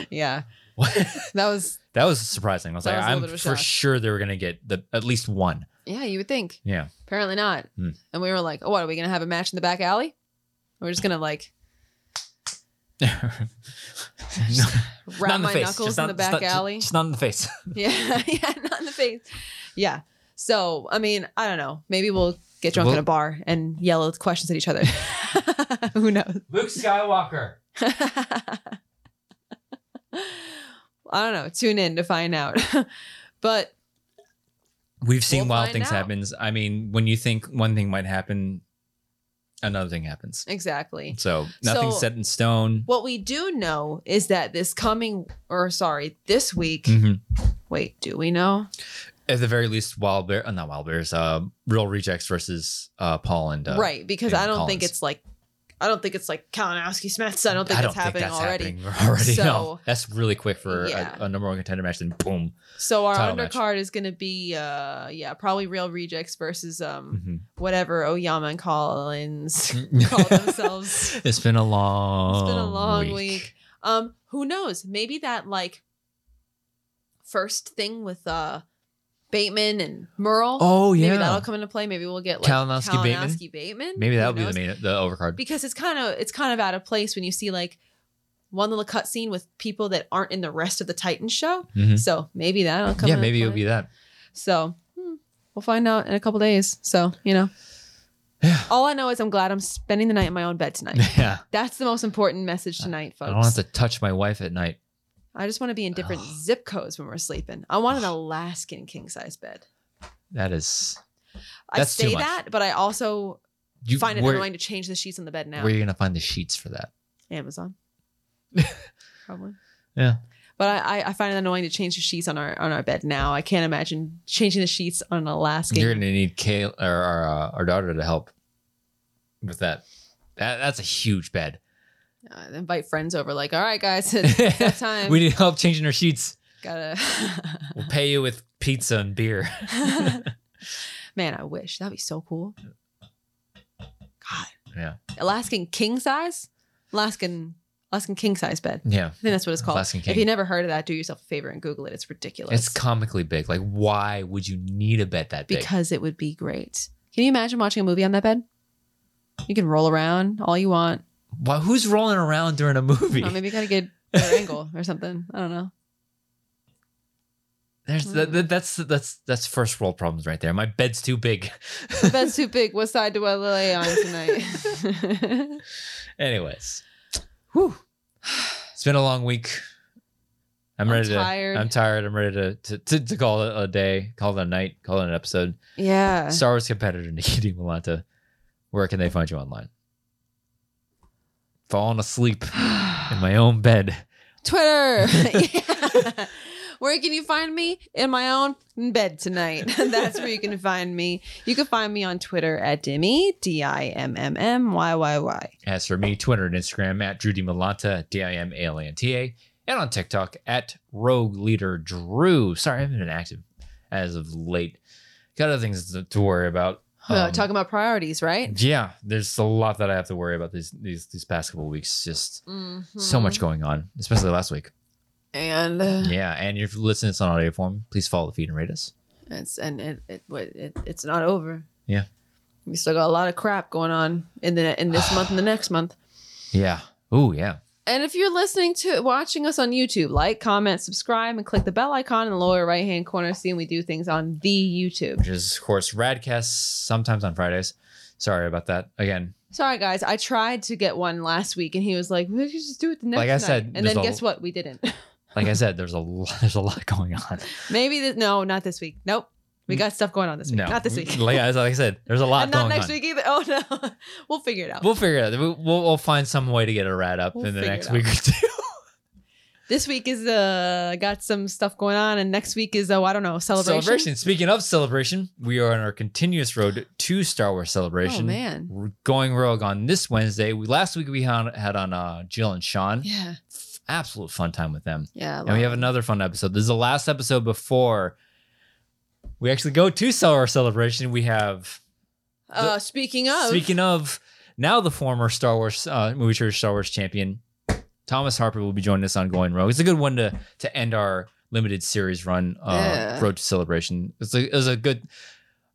Speaker 2: yeah,
Speaker 1: What?
Speaker 2: that was.
Speaker 1: that was surprising. I was
Speaker 2: That
Speaker 1: like,
Speaker 2: was a little
Speaker 1: I'm
Speaker 2: bit of a
Speaker 1: for
Speaker 2: shock.
Speaker 1: sure they were going to get the at least one.
Speaker 2: Yeah, you would think.
Speaker 1: Yeah,
Speaker 2: Apparently not.
Speaker 1: Hmm.
Speaker 2: And we were like, oh, what are we gonna have a match in the back alley? We're just gonna like
Speaker 1: No, not
Speaker 2: wrap
Speaker 1: in the
Speaker 2: my
Speaker 1: face.
Speaker 2: knuckles
Speaker 1: Just
Speaker 2: in
Speaker 1: not-
Speaker 2: the
Speaker 1: just
Speaker 2: back
Speaker 1: not-
Speaker 2: alley.
Speaker 1: Just not in the face.
Speaker 2: Yeah, yeah, not in the face. Yeah. So, I mean, I don't know. Maybe we'll get drunk
Speaker 1: Well-
Speaker 2: at a bar and yell questions at each other. Who knows?
Speaker 1: Luke Skywalker.
Speaker 2: I don't know. Tune in to find out. but
Speaker 1: We've seen
Speaker 2: We'll
Speaker 1: wild
Speaker 2: find
Speaker 1: things
Speaker 2: out.
Speaker 1: happen. I mean, when you think one thing might happen, another thing happens.
Speaker 2: exactly.
Speaker 1: So nothing's
Speaker 2: So-
Speaker 1: set in stone.
Speaker 2: What we do know is that this coming, or sorry, this week.
Speaker 1: Mhm.
Speaker 2: Wait, do we know?
Speaker 1: at the very least, Wild Bear, uh, not Wild Bears, uh, Real Rejects versus uh, Paul and uh,
Speaker 2: right, because
Speaker 1: and
Speaker 2: I don't think
Speaker 1: Collins.
Speaker 2: it's like, I don't think it's like Kalinowski Smiths. I don't think
Speaker 1: I don't
Speaker 2: it's
Speaker 1: think
Speaker 2: happening
Speaker 1: that's
Speaker 2: already.
Speaker 1: happening already.
Speaker 2: So-
Speaker 1: no, that's really quick for
Speaker 2: Yeah.
Speaker 1: a, a number one contender match. Then boom.
Speaker 2: So our
Speaker 1: Title match.
Speaker 2: undercard is going to be, uh, yeah, probably Real Rejects versus um
Speaker 1: Mhm.
Speaker 2: whatever Oyama and Collins call themselves.
Speaker 1: it's been a long.
Speaker 2: It's been a long week. Um, who knows? Maybe that like first thing with uh Bateman and Merle.
Speaker 1: Oh
Speaker 2: maybe
Speaker 1: yeah.
Speaker 2: that'll come into play. Maybe we'll get like
Speaker 1: Kalinowski, Bateman?
Speaker 2: Kalinowski, Bateman.
Speaker 1: Maybe
Speaker 2: Who
Speaker 1: that'll be the
Speaker 2: knows?
Speaker 1: main, the overcard.
Speaker 2: because it's kind of it's kind of out of place when you see like one little cutscene with people that aren't in the rest of the Titan show.
Speaker 1: Mhm.
Speaker 2: So maybe that'll come.
Speaker 1: Yeah,
Speaker 2: into
Speaker 1: maybe it'll
Speaker 2: play.
Speaker 1: be that.
Speaker 2: So hmm, we'll find out in a couple days. So you know,
Speaker 1: Yeah.
Speaker 2: All I know is I'm glad I'm spending the night in my own bed tonight.
Speaker 1: yeah.
Speaker 2: That's the most important message tonight, folks.
Speaker 1: I don't have to touch my wife at night.
Speaker 2: I just want to be in different zip codes when we're sleeping. I want an Alaskan king size bed.
Speaker 1: That is.
Speaker 2: I
Speaker 1: That's too
Speaker 2: say
Speaker 1: much.
Speaker 2: that, but I also
Speaker 1: You,
Speaker 2: find it
Speaker 1: where,
Speaker 2: annoying to change the sheets on the bed now.
Speaker 1: Where are you going to find the sheets for that?
Speaker 2: Amazon. Probably.
Speaker 1: Yeah.
Speaker 2: But I, I, I find it annoying to change the sheets on our on our bed now. I can't imagine changing the sheets on an Alaskan.
Speaker 1: You're going to need Kay or our, uh, our daughter to help with that. that that's a huge bed.
Speaker 2: uh, invite friends over, like, all right, guys, it's that time.
Speaker 1: we need help changing her sheets.
Speaker 2: Gotta.
Speaker 1: We'll pay you with pizza and beer.
Speaker 2: Man, I wish that'd be so cool. God.
Speaker 1: Yeah.
Speaker 2: Alaskan king size, Alaskan Alaskan king size bed.
Speaker 1: Yeah.
Speaker 2: I think that's what it's called.
Speaker 1: Alaskan
Speaker 2: If
Speaker 1: king.
Speaker 2: you never heard of that, do yourself a favor and Google it. It's ridiculous.
Speaker 1: It's comically big. Like, why would you need a bed that big?
Speaker 2: because it would be great. Can you imagine watching a movie on that bed? You can roll around all you want.
Speaker 1: Why, who's rolling around during a movie?
Speaker 2: Or maybe you got a good better angle or something. I don't know.
Speaker 1: There's
Speaker 2: Mm.
Speaker 1: that, that- that's that's that's first world problems right there. My bed's too big.
Speaker 2: The bed's too big. What side do I lay on tonight?
Speaker 1: Anyways, whew. it's been a long week. I'm,
Speaker 2: I'm
Speaker 1: ready
Speaker 2: tired.
Speaker 1: to. I'm tired. I'm ready to to, to to call it a day, call it a night, call it an episode.
Speaker 2: yeah.
Speaker 1: Star Wars competitor Nikki Malanta. Where can they find you online? Falling asleep in my own bed.
Speaker 2: Twitter. Yeah. Where can you find me? In my own bed tonight. That's where you can find me. You can find me on Twitter at Dimmy, D I M M M Y Y Y.
Speaker 1: As for me, Twitter and Instagram at Drew D Malanta, D I M A L A N T A, and on TikTok at Rogue Leader Drew. Sorry, I haven't been active as of late. Got other things to, to worry about.
Speaker 2: Oh,
Speaker 1: Um,
Speaker 2: talking about priorities, right?
Speaker 1: yeah, there's a lot that I have to worry about these these these past couple weeks. Just so
Speaker 2: Mhm.
Speaker 1: much going on, especially last week.
Speaker 2: And uh,
Speaker 1: Yeah, and if you're listening to this on audio form, please follow the feed and rate us.
Speaker 2: it's and it, it, what- it it's not over.
Speaker 1: Yeah.
Speaker 2: We still got a lot of crap going on in the in this month and the next month.
Speaker 1: Yeah. Oh yeah.
Speaker 2: And if you're listening to watching us on YouTube, like, comment, subscribe, and click the bell icon in the lower right hand corner, seeing we do things on the YouTube.
Speaker 1: Which is of course Radcast sometimes on Fridays. Sorry about that. Again,
Speaker 2: Sorry guys, I tried to get one last week and he was like, We should just do it the next
Speaker 1: Like I
Speaker 2: night."
Speaker 1: said,
Speaker 2: And
Speaker 1: there's a-
Speaker 2: then guess what? We didn't.
Speaker 1: like I said, there's a lot, there's a lot going on.
Speaker 2: Maybe this no, not this week. Nope. We got stuff going on this week.
Speaker 1: Mm. No,
Speaker 2: Not this week.
Speaker 1: like, I- like I said, there's a lot
Speaker 2: and not
Speaker 1: going
Speaker 2: next
Speaker 1: on.
Speaker 2: week either. Oh no. we'll figure it out.
Speaker 1: We'll figure it out. We'll, we'll, we'll find some way to get a rat up
Speaker 2: We'll
Speaker 1: in the
Speaker 2: figure
Speaker 1: next
Speaker 2: it
Speaker 1: week or two.
Speaker 2: this week is uh got some stuff going on and next week is oh I don't know, celebration.
Speaker 1: Speaking of celebration, we are on our continuous road to Star Wars celebration.
Speaker 2: Oh man.
Speaker 1: We're going rogue on this Wednesday. We, last week we had, had on uh, Jill and Sean.
Speaker 2: Yeah.
Speaker 1: Absolute fun time with them.
Speaker 2: Yeah.
Speaker 1: And we have another fun episode. This is the last episode before we actually go to Star Wars celebration. We have
Speaker 2: uh speaking of
Speaker 1: Speaking of, now the former Star Wars uh, movie church Star Wars champion, Thomas Harper will be joining us on Going Rogue. It's a good one to to end our limited series run, uh,
Speaker 2: Yeah.
Speaker 1: Road to Celebration. It's a, it was a good,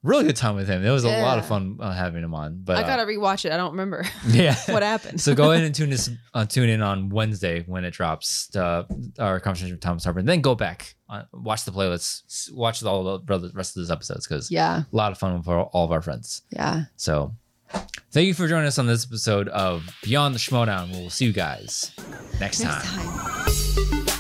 Speaker 1: really good time with him. It was a lot of
Speaker 2: Yeah.
Speaker 1: fun uh, having him on. But
Speaker 2: I
Speaker 1: uh,
Speaker 2: gotta rewatch it. I don't remember
Speaker 1: yeah.
Speaker 2: what happened.
Speaker 1: so go ahead and tune this uh, tune in on Wednesday when it drops. Uh, our conversation with Thomas Harper, and then go back, uh, watch the playlists, s- watch all the rest of those episodes because
Speaker 2: yeah,
Speaker 1: a lot of fun for all of our friends.
Speaker 2: yeah.
Speaker 1: So thank you for joining us on this episode of Beyond the Schmodown. We'll see you guys next time.
Speaker 2: time.